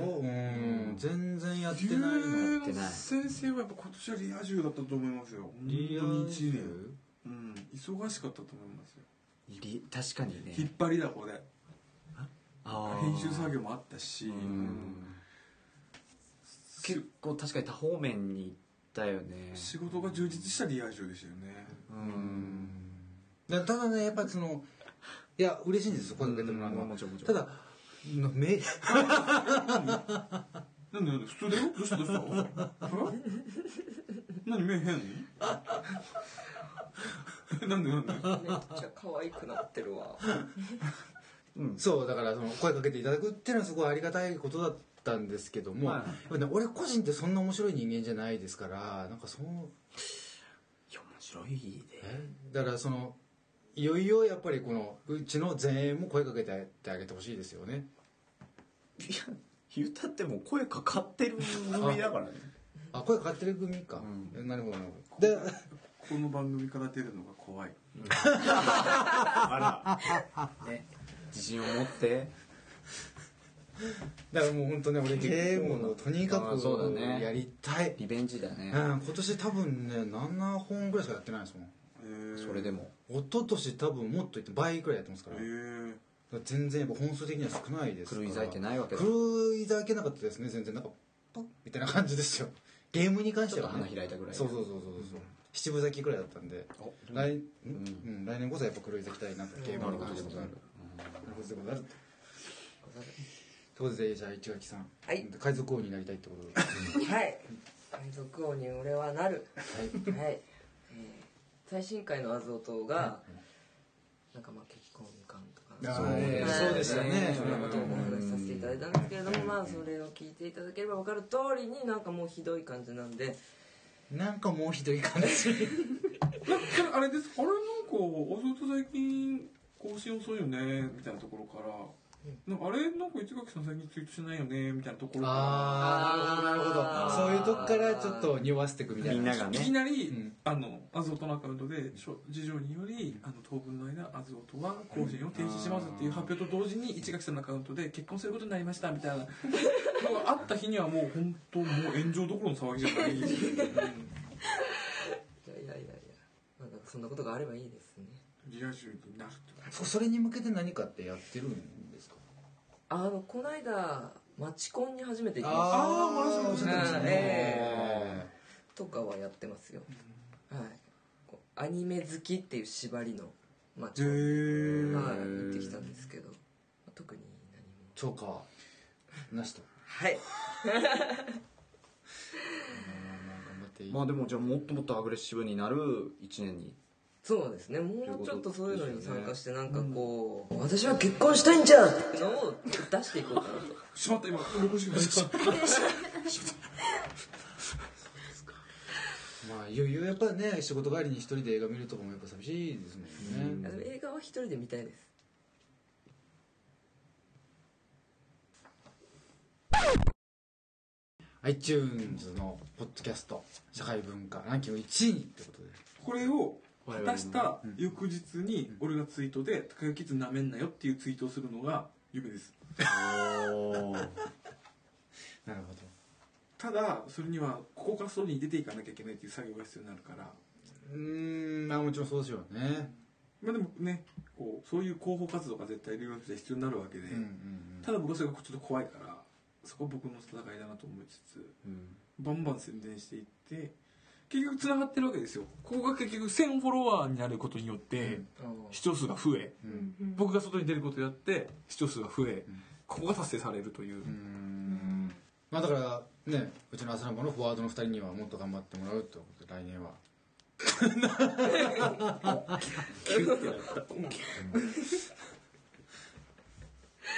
Speaker 5: うん全然やってないの
Speaker 3: 竜の先生はやっぱ今年はリア充だったと思いますよ
Speaker 5: リアル
Speaker 3: 1年うん忙しかったと思いますよ
Speaker 4: り確かに
Speaker 3: 引っ
Speaker 4: ね
Speaker 3: 張りだこで
Speaker 4: あー
Speaker 3: 編集作業もあったし
Speaker 4: 結構確かに多方面に行ったよね
Speaker 3: 仕事が充実したリア充でしたよね
Speaker 4: うん
Speaker 5: だただねやっぱそのいや嬉しいんですよ声かけてもらうのは、
Speaker 4: うんもちろんもちろ
Speaker 5: た
Speaker 4: ん
Speaker 5: だのめ
Speaker 3: なんでなんで普通だよどうしたどうした何目 変なんでなん
Speaker 1: め
Speaker 3: で
Speaker 1: っちゃ可愛くなってるわ
Speaker 5: そうだからその声かけていただくっていうのはすごいありがたいことだったんですけども、
Speaker 4: はい
Speaker 5: やっぱね、俺個人ってそんな面白い人間じゃないですからなんかそう
Speaker 4: いや面白いで
Speaker 5: えだからそのいよいよやっぱりこのうちの全員も声かけてあげてほしいですよね
Speaker 4: いや言ったってもう声かかってる組だからね
Speaker 5: あ声かかってる組か、なるほどなるほどで
Speaker 3: この番組から出るのが怖い
Speaker 4: あらね自信を持って
Speaker 5: だからもう本当ね俺ゲームをとにか
Speaker 4: あーそうだ
Speaker 5: く
Speaker 4: ね
Speaker 5: やりたい、
Speaker 4: リベンジだ
Speaker 5: う
Speaker 4: ね
Speaker 5: ん、今年多分ね7本ぐらいしかやってないんですもん
Speaker 4: それでも
Speaker 5: 一昨年多分もっといって倍くらいやってますから
Speaker 3: へえ
Speaker 5: 全然やっぱ本数的には少ないですから
Speaker 4: 狂い咲いてないわけだ
Speaker 5: 狂い咲けなかったですね全然なんかパッみたいな感じですよゲームに関し
Speaker 4: ちょっ
Speaker 5: て
Speaker 4: と
Speaker 5: は、ね、
Speaker 4: 花開いたぐらい
Speaker 5: そうそうそうそうそう七分咲きくらいだったんで来,、うんうん、来年こそやっぱ狂い咲きたいなとゲームに関してはなるほどでござるということでじゃあ市垣さん、
Speaker 1: はい
Speaker 5: 海賊王になりたいってことで
Speaker 1: はい海賊王に俺はなるはい、えー最新回のアズオ島がなんかまあ結婚感とか
Speaker 5: あーね
Speaker 1: はい
Speaker 5: そうでしたね
Speaker 1: そんなことをお話しさせていただいたんですけれども、まあそれを聞いていただければ分かる通りになんかもうひどい感じなんで
Speaker 5: なんかもうひどい感じ
Speaker 3: なんかそれあれですあれなんかおずっと最近更新遅いよねみたいなところからなんかあれなんか市垣さん最近ツイートしないよねみたいなところか
Speaker 5: ああなるほどなるほどそういうとこからちょっと匂わせていくみたいな
Speaker 4: みんなが
Speaker 3: らいき
Speaker 4: ね
Speaker 3: なり、
Speaker 5: ん
Speaker 3: あのアズオトのアカウントで諸事情によりあの当分の間アズオトは更新を停止しますっていう発表と同時に市垣さんのアカウントで結婚することになりましたみたいなのがあった日にはもう本当もう炎上どころの騒ぎじゃない、うん
Speaker 1: いやいやいやいやまあなんかそんなことがあればいいですね
Speaker 3: リア充になるって
Speaker 5: そそれに向けて何かってやってるんですか
Speaker 1: あのこの間マチコンに初めて行きました
Speaker 5: ああ私もおっしゃってました
Speaker 1: うん
Speaker 5: ね
Speaker 1: えとかはやってますよ、はいこうアニメ好きっていう縛りのマチコンにはい、行ってきたんですけど特に何も
Speaker 5: そうかなしと
Speaker 1: はい
Speaker 5: 頑張っていい
Speaker 4: まあでもじゃあもっともっとアグレッシブになる1年に
Speaker 1: そうですねもうちょっとそういうのに
Speaker 4: ということですよね
Speaker 1: 参加してなんかこう、私は結婚したいんじゃんっていうのを出していこうかなと
Speaker 3: しまった今録音してください
Speaker 5: まあいよいよやっぱね仕事帰りに一人で映画見るとかもやっぱ寂しいですもんね
Speaker 1: あの映画は一人で見たいです
Speaker 5: うん iTunes のポッドキャスト社会文化ランキング1位にってことで
Speaker 3: これを果たした翌日に俺がツイートで「高木キッズなめんなよ」っていうツイートをするのが夢です
Speaker 5: なるほど
Speaker 3: ただそれにはここから外に出ていかなきゃいけないっていう作業が必要になるから
Speaker 5: うーんまあもちろんそうでしょうね
Speaker 3: まあでもねこうそういう広報活動が絶対留学生必要になるわけで、ただ僕はそれがちょっと怖いからそこは僕の戦いだなと思いつつ、バンバン宣伝していって結局つながってるわけですよここが結局1000フォロワーになることによって視聴数が増え、僕が外に出ることによって視聴数が増え、ここが達成されるという、
Speaker 5: まあだからねうちの朝ののフォワードの2人にはもっと頑張ってもらうってことで来年は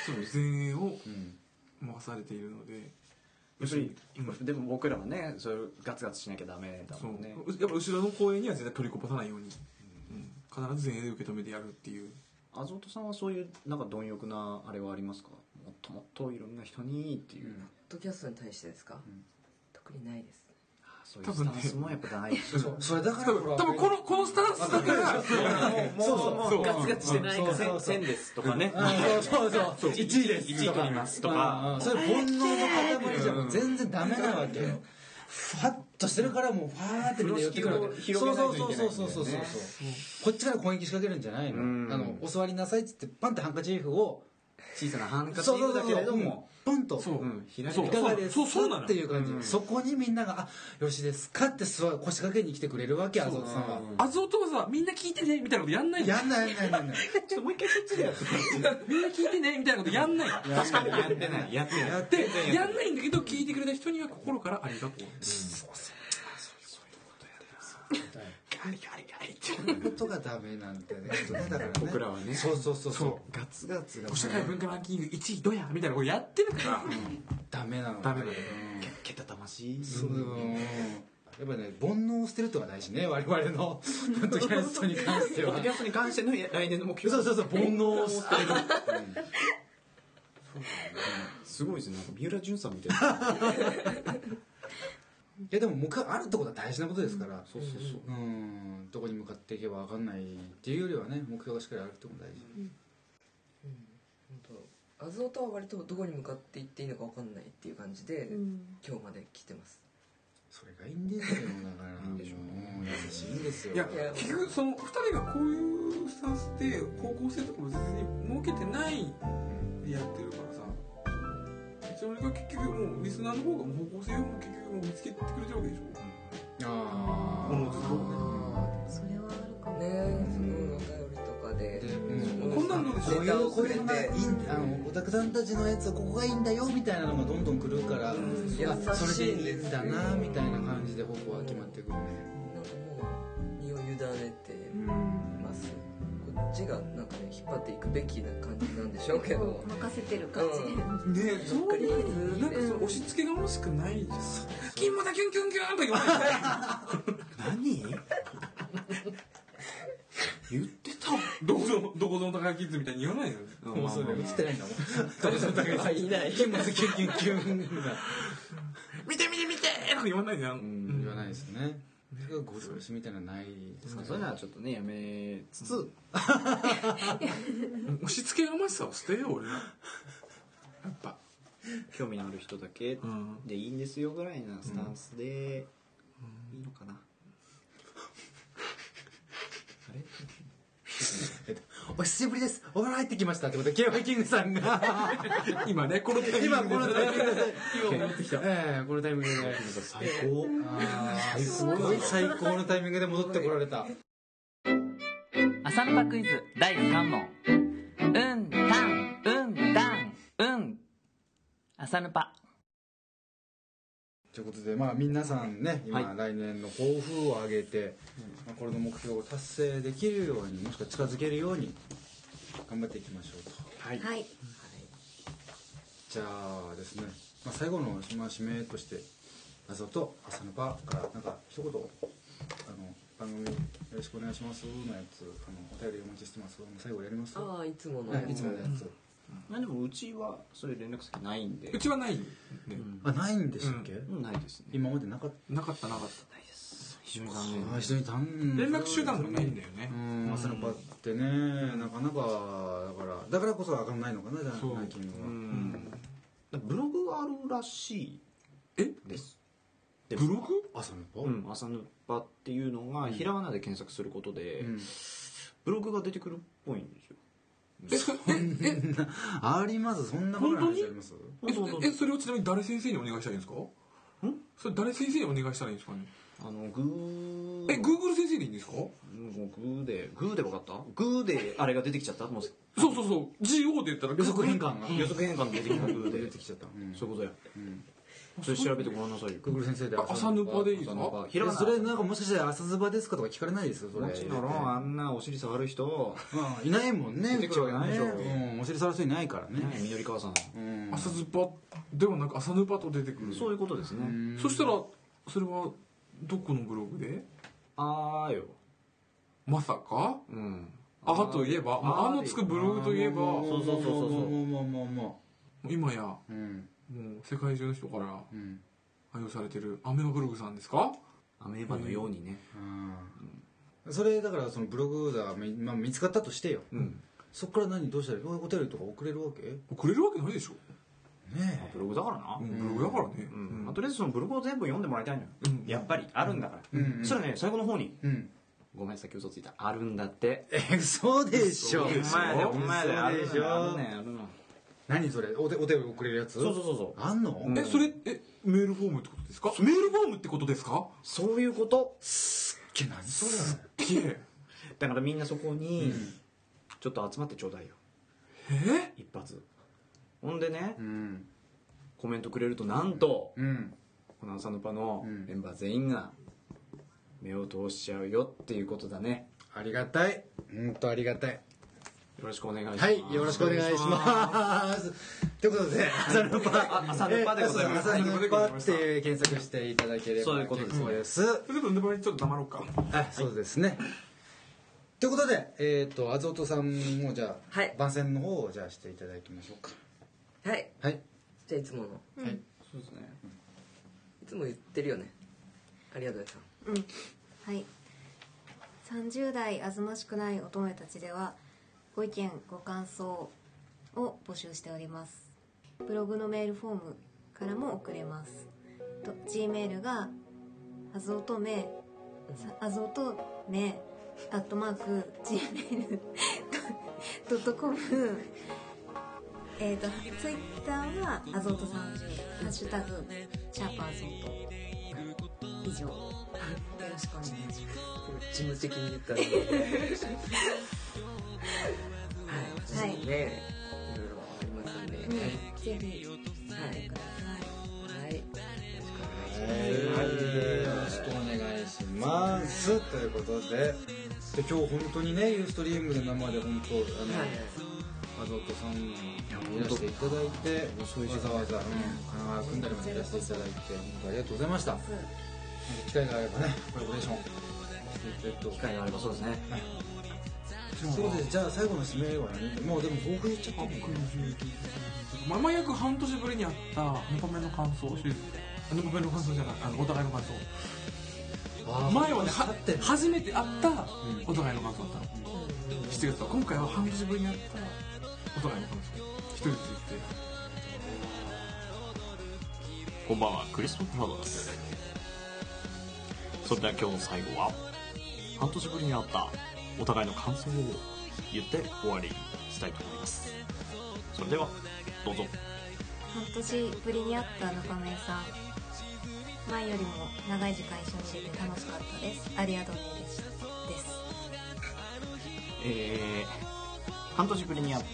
Speaker 3: その前衛を任されているので、
Speaker 4: やっぱりでも僕らはねそれガツガツしなきゃダメだもんね
Speaker 3: そうやっぱ後ろの公演には絶対取りこぼさないように、うん必ず前衛で受け止めてやるっていう
Speaker 4: あぞとさんはそういうなんか貪欲なあれはありますかもっともっといろんな人にっていう、
Speaker 1: ポッドキャストに対してですか、特にないです
Speaker 4: そういうスタンスもやっぱ 大事
Speaker 5: そうそれだから
Speaker 3: 多分このこのスタンスだから
Speaker 4: もうもうもうガツガツしてないかせんせんですとかね
Speaker 5: そうそうそう1位です
Speaker 4: 1位取りますとか
Speaker 5: それ煩悩の塊じゃん全然ダメなわけよふわっとしてるからもうファーってみんな寄ってくるわけ
Speaker 4: 風呂敷を広げないといけないんだよね
Speaker 5: そうそうそうそうそうこっちから攻撃仕掛けるんじゃないの
Speaker 4: うん
Speaker 5: あのお座りなさいっつってパンってハンカチーフを
Speaker 4: 小さなハンカチ
Speaker 5: そうそうそ
Speaker 4: だ
Speaker 5: う
Speaker 4: けれど
Speaker 5: うん
Speaker 4: も
Speaker 5: ポンと
Speaker 3: そう
Speaker 4: うん開
Speaker 3: そう
Speaker 5: いかがです
Speaker 3: そうそうそうな
Speaker 5: か
Speaker 3: の
Speaker 5: っていう感じ、そこにみんなが「あよしですか?」って座る腰掛けに来てくれるわけあそこさんは
Speaker 3: あずおとはさみんな聞いてねみたいなことやんないんだよ
Speaker 5: やんないやんないやんない
Speaker 4: ちょっともう一回そっちでやって
Speaker 3: みんな聞いてねみたいなことやんない
Speaker 4: 確かにやってないやってないやっ
Speaker 3: でやんないんだけど聞いてくれた人には心からありがとう
Speaker 4: ガリガリガリって
Speaker 5: ことがダメなんだよねだからね
Speaker 4: 僕らはね
Speaker 5: そうそうそうそう
Speaker 4: ガツガツが
Speaker 3: 社会文化ランキング1位どやみたいなことやってるから
Speaker 5: ダメなの
Speaker 3: ダメだよ
Speaker 4: けたたましい
Speaker 5: そうやっぱね煩悩を捨てるってのが大事ね我々のポッドキャストに関して
Speaker 4: ポ
Speaker 5: は
Speaker 4: ッドキャストに関しての来年の目標
Speaker 5: そうそうそう煩悩を捨てる
Speaker 4: すごいですねなんか三浦淳さんみたいない
Speaker 5: やでも目標あるってことは大事なことですから、そうそうそううんどこに向かっていけば分かんないっていうよりはね目標がしっかりあるってことが
Speaker 1: ア
Speaker 5: 大事、
Speaker 1: ズオとは割とどこに向かって行っていいのか分かんないっていう感じで、
Speaker 2: うん
Speaker 1: 今日まで来てます
Speaker 5: それがいいんですよだからうん優しいんですよ
Speaker 3: いや
Speaker 1: いや
Speaker 3: 結局その2人がこういうスタンスで高校生とかも全然設けてないでやってるからさそれが結局もうリスナーの方がもう方向性をもう結局もう見つけてくれてるわけでし
Speaker 5: あ
Speaker 3: ょものずと
Speaker 2: それはあるかも
Speaker 1: ねえそのお便りとかで
Speaker 5: ーでうん
Speaker 3: こんなのどうでし
Speaker 5: こ
Speaker 3: ょ
Speaker 5: ういうこういうのがいいんあのオタクさんたちのやつはここがいいんだよみたいなのがどんどん来るから、
Speaker 1: 優
Speaker 5: あそ
Speaker 1: し
Speaker 5: れ
Speaker 1: いん
Speaker 5: でいい
Speaker 1: です
Speaker 5: ん
Speaker 1: よ
Speaker 5: だなみたいな感じで方向は決まってくるね、
Speaker 1: なんかもう身を委ねてますこっちがなんかね引っ張っていくべきな感じなんでしょうけど
Speaker 2: 任せてる感じ、
Speaker 1: う
Speaker 3: ねえそうう
Speaker 1: だよね
Speaker 3: なんかその押し付けが欲しくないじゃん金またキュンキュンキュンと言われて
Speaker 4: 何言ってた
Speaker 3: どこぞどこぞの高いキッズみたいに言わないよね
Speaker 5: もうそれ映ってないんだもん。いない。キュンキュンキュンキュンが
Speaker 3: 見て見て見てとか言わないじゃん、
Speaker 5: 言わないですね。それがゴリ押しみたいなのはないですか
Speaker 4: そういうのはちょっとねやめつつ
Speaker 3: 押し付けがましさを捨てよう俺はやっぱ
Speaker 4: 興味のある人だけ
Speaker 3: ん
Speaker 4: でいいんですよぐらいなスタンスでいいのかな
Speaker 5: お久しぶりです。お風呂入ってきましたってことで、KY キングさんが。
Speaker 3: 今ねこのタイミング
Speaker 5: 今
Speaker 3: で
Speaker 5: このタイミングで。
Speaker 3: 今戻ってきた
Speaker 5: ええ、このタイミングで。
Speaker 4: 最高
Speaker 5: あーすごい最高のタイミングで戻ってこられた。
Speaker 9: 朝のパクイズ第3問うんたんうんたんうん朝のパ
Speaker 5: ということで、まあ、皆さんね、今、
Speaker 4: は
Speaker 5: 来年の抱負を上げて、まあ、これの目標を達成できるように、もしくは近づけるように、頑張っていきましょうと。
Speaker 4: はい
Speaker 2: はい
Speaker 5: じゃあですね、まあ、最後の、まあ、締めとしてあざと朝のパからなんか一言あの番組よろしくお願いしますのやつあのお便りお待ちしてます最後やりますは
Speaker 1: ああいつもの、
Speaker 5: いいつものやつ、
Speaker 4: まあでもうちはそういう連絡先ないんで
Speaker 3: うちはないね、
Speaker 5: あないんでしたっけ、
Speaker 4: うんないですね
Speaker 5: 今までなかった
Speaker 3: なかったなかっ
Speaker 4: 非常に残念
Speaker 5: あー非常に残念
Speaker 3: た連絡手段がないんだよね
Speaker 5: う、ん朝のパってねなかなかだからだからこそ上がんないのかなじゃあランキングは
Speaker 4: うんブログがあるらしい
Speaker 3: え
Speaker 4: ですで
Speaker 3: ブログ
Speaker 5: 朝の
Speaker 4: う、ん、朝ヌパっていうのがひらがなで検索することで、ブログが出てくるっぽいんですよ
Speaker 5: ありますそんなことない話あります
Speaker 3: えそえそれをちなみに誰先生にお願いしたらいいんですかそれ誰先生にお願いしたらいいんですかね
Speaker 4: あのグー
Speaker 3: え Google 先生でいいんですか
Speaker 4: もうグーでグーで分かったグーであれが出てきちゃったもう
Speaker 3: そうそうそう GO で言ったら予測変換
Speaker 4: 予測変換で出てきたグーで出てきちゃった、そういうことや、それ調べてごらんなさいよ
Speaker 5: グーグル先生で
Speaker 3: あ朝ヌパでいいです
Speaker 4: 朝ヌ
Speaker 3: か
Speaker 4: パひらがな
Speaker 5: それなんかもしかしたら朝ズバですかとか聞かれないですよそれ
Speaker 4: もちろんあんなお尻触る人
Speaker 5: うんいないもんね
Speaker 4: 出てくるわけないでしょ
Speaker 5: うちはねうんお尻さらす人いないからね
Speaker 4: みのり母さん
Speaker 5: うん
Speaker 3: 朝ズパではなく朝ヌパと出てくる
Speaker 4: そういうことですね
Speaker 3: そしたらそれはどこのブログで
Speaker 4: あーよ
Speaker 3: まさか
Speaker 4: うん
Speaker 3: あーといえばあ
Speaker 4: あー
Speaker 3: あのつくブログといえば
Speaker 5: も
Speaker 4: そうそうそうそうそう
Speaker 5: もうもうもうも
Speaker 3: 今やも
Speaker 5: ううん
Speaker 3: う世界中の人から
Speaker 5: うん
Speaker 3: 愛用されてるアメマブログさんですか
Speaker 4: アメーバのようにね
Speaker 5: うんそれだからそのブログがみまあ見つかったとしてよ
Speaker 4: うん
Speaker 5: そっから何どうしたらいいお便りとか送れるわけね
Speaker 3: くれるわけないでしょ
Speaker 5: え
Speaker 4: ブログだからな
Speaker 3: うんブログだからね
Speaker 4: うんまあとりあえずそのブログを全部読んでもらいたいのよ、
Speaker 3: うん
Speaker 4: やっぱりあるんだから、
Speaker 5: うん
Speaker 4: そしたらね最後の方に
Speaker 5: うん
Speaker 4: 「ごめんさっき嘘ついたあるんだって」
Speaker 5: え嘘でしょ
Speaker 4: お前でお前であ
Speaker 5: 嘘
Speaker 4: る
Speaker 5: で
Speaker 4: ね
Speaker 5: し
Speaker 4: ある
Speaker 5: ょ
Speaker 4: ねあるね
Speaker 5: 何それお手お便り送れるやつ
Speaker 4: そうそうそうそう
Speaker 5: あんの
Speaker 4: うん
Speaker 3: えそれえメールフォームってことですかメールフォームってことですか
Speaker 4: そういうこと
Speaker 5: け何それなの
Speaker 3: きれい
Speaker 4: だからみんなそこにちょっと集まってちょうだいよ
Speaker 3: え
Speaker 4: 一発ほんでね
Speaker 5: うん
Speaker 4: コメントくれるとなんと
Speaker 5: うん
Speaker 4: この朝のパの
Speaker 5: うん
Speaker 4: メンバー全員が目を通しちゃうよっていうことだね
Speaker 5: ありがたい本当ありがたい
Speaker 4: よろしくお願いします
Speaker 5: はいよろしくお願いしますということで朝のパ
Speaker 4: あ朝のパでございます
Speaker 5: 朝のパって検索していただければ
Speaker 4: そういうことですね
Speaker 5: 結構です
Speaker 3: それとネバに ちょっと黙ろうか
Speaker 5: あそうですね、ということで、えっ、と、あずおとさんもじゃあ、
Speaker 1: はい
Speaker 5: 番宣の方をじゃあしていただきましょうか。
Speaker 1: はい
Speaker 5: はい。
Speaker 1: じゃあいつものい
Speaker 4: そうですね
Speaker 1: つも言ってるよねありがとうさん
Speaker 2: うんはい30代あずましくない乙女たちではご意見ご感想を募集しておりますブログのメールフォームからも送れますと G メールがあずおとめさあずおとめアットマーク Gmail.com えっとツイッターはあずおと30ハッシュタグシャープあずおと以上よろしくお願いします
Speaker 1: 事務的に言ったらはい、
Speaker 2: はい
Speaker 1: ねいろいろありますんで、
Speaker 2: うん
Speaker 1: はいはい
Speaker 2: ぜひ
Speaker 1: はいよろしくお願いします
Speaker 5: はい。よろしくお願いします。ということで、で今日本当にね、ユーストリームで生で本当、あの、あずおとさんにいらしていただいて、わざわざ、うん、神奈川組んだりもいらしていただいて、本当ありがとうございました。機会があればね、コラボレーションしていただけると
Speaker 4: 機会があればそうですね
Speaker 5: そうです。じゃあ最後の締めは何もうでも抱負言っちゃっていい
Speaker 3: まあまあ約半年ぶりに会った2個目の感想シリーズ2個目の感想じゃないあのお互いの感想前はねは初めて会ったお互いの感想だったの、7月は今回は半年ぶりに会ったお互いの感想一人ずつ言って
Speaker 11: こんばんは、クリスマブラザーズ。それでは今日の最後は、半年ぶりに会ったお互いの感想を言って終わりにしたいと思います。それでは、どうぞ。
Speaker 2: 半年ぶりに会った中村さん前よりも長い時間一緒にいれて楽しかったですありがとうねでしたです
Speaker 4: えー半年ぶりに会って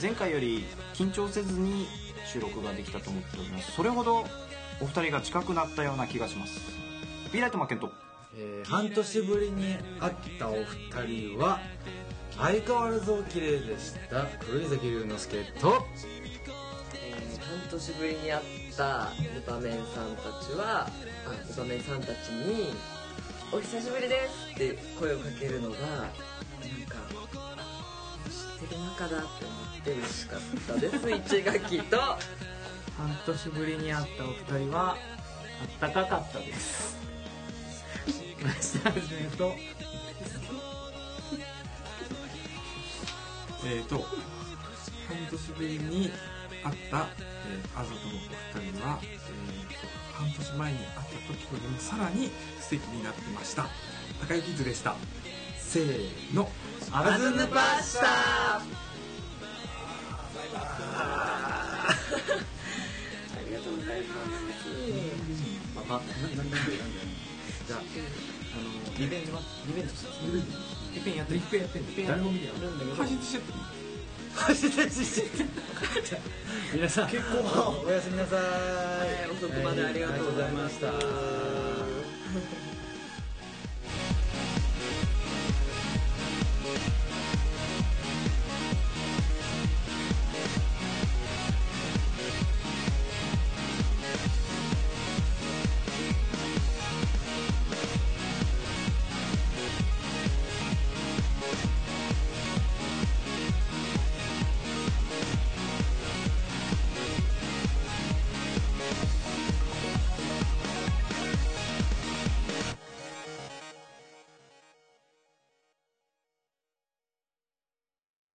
Speaker 4: 前回より緊張せずに収録ができたと思っておりますそれほどお二人が近くなったような気がしますビーライトマーケット
Speaker 5: えー半年ぶりに会ったお二人は相変わらずお綺麗でした黒井崎龍之介と
Speaker 1: えー半年ぶりに会ったルパメンさんたちはあルパメンさんたちに「お久しぶりです」って声をかけるのがなんかあ知ってる仲だって思って嬉しかったです1学期と
Speaker 12: 半年ぶりに会ったお二人はあったかかったです明日始めると
Speaker 3: えー、と半年ぶりに会った、えー、あざとのお二人は、えーと半年前にあった時よりもさらに素敵になってました高井キッズでしたせーの
Speaker 4: アズヌパスタ
Speaker 1: ありがとうございます
Speaker 4: リベンジマッチリベンジいっぺんやって
Speaker 8: 一遍やってんだよ誰も見てない
Speaker 4: るんだけど
Speaker 3: 配信してって
Speaker 8: 皆さん
Speaker 4: 結構
Speaker 10: おやすみなさい
Speaker 1: 遅くまでありがとうございました
Speaker 10: ありがとうございました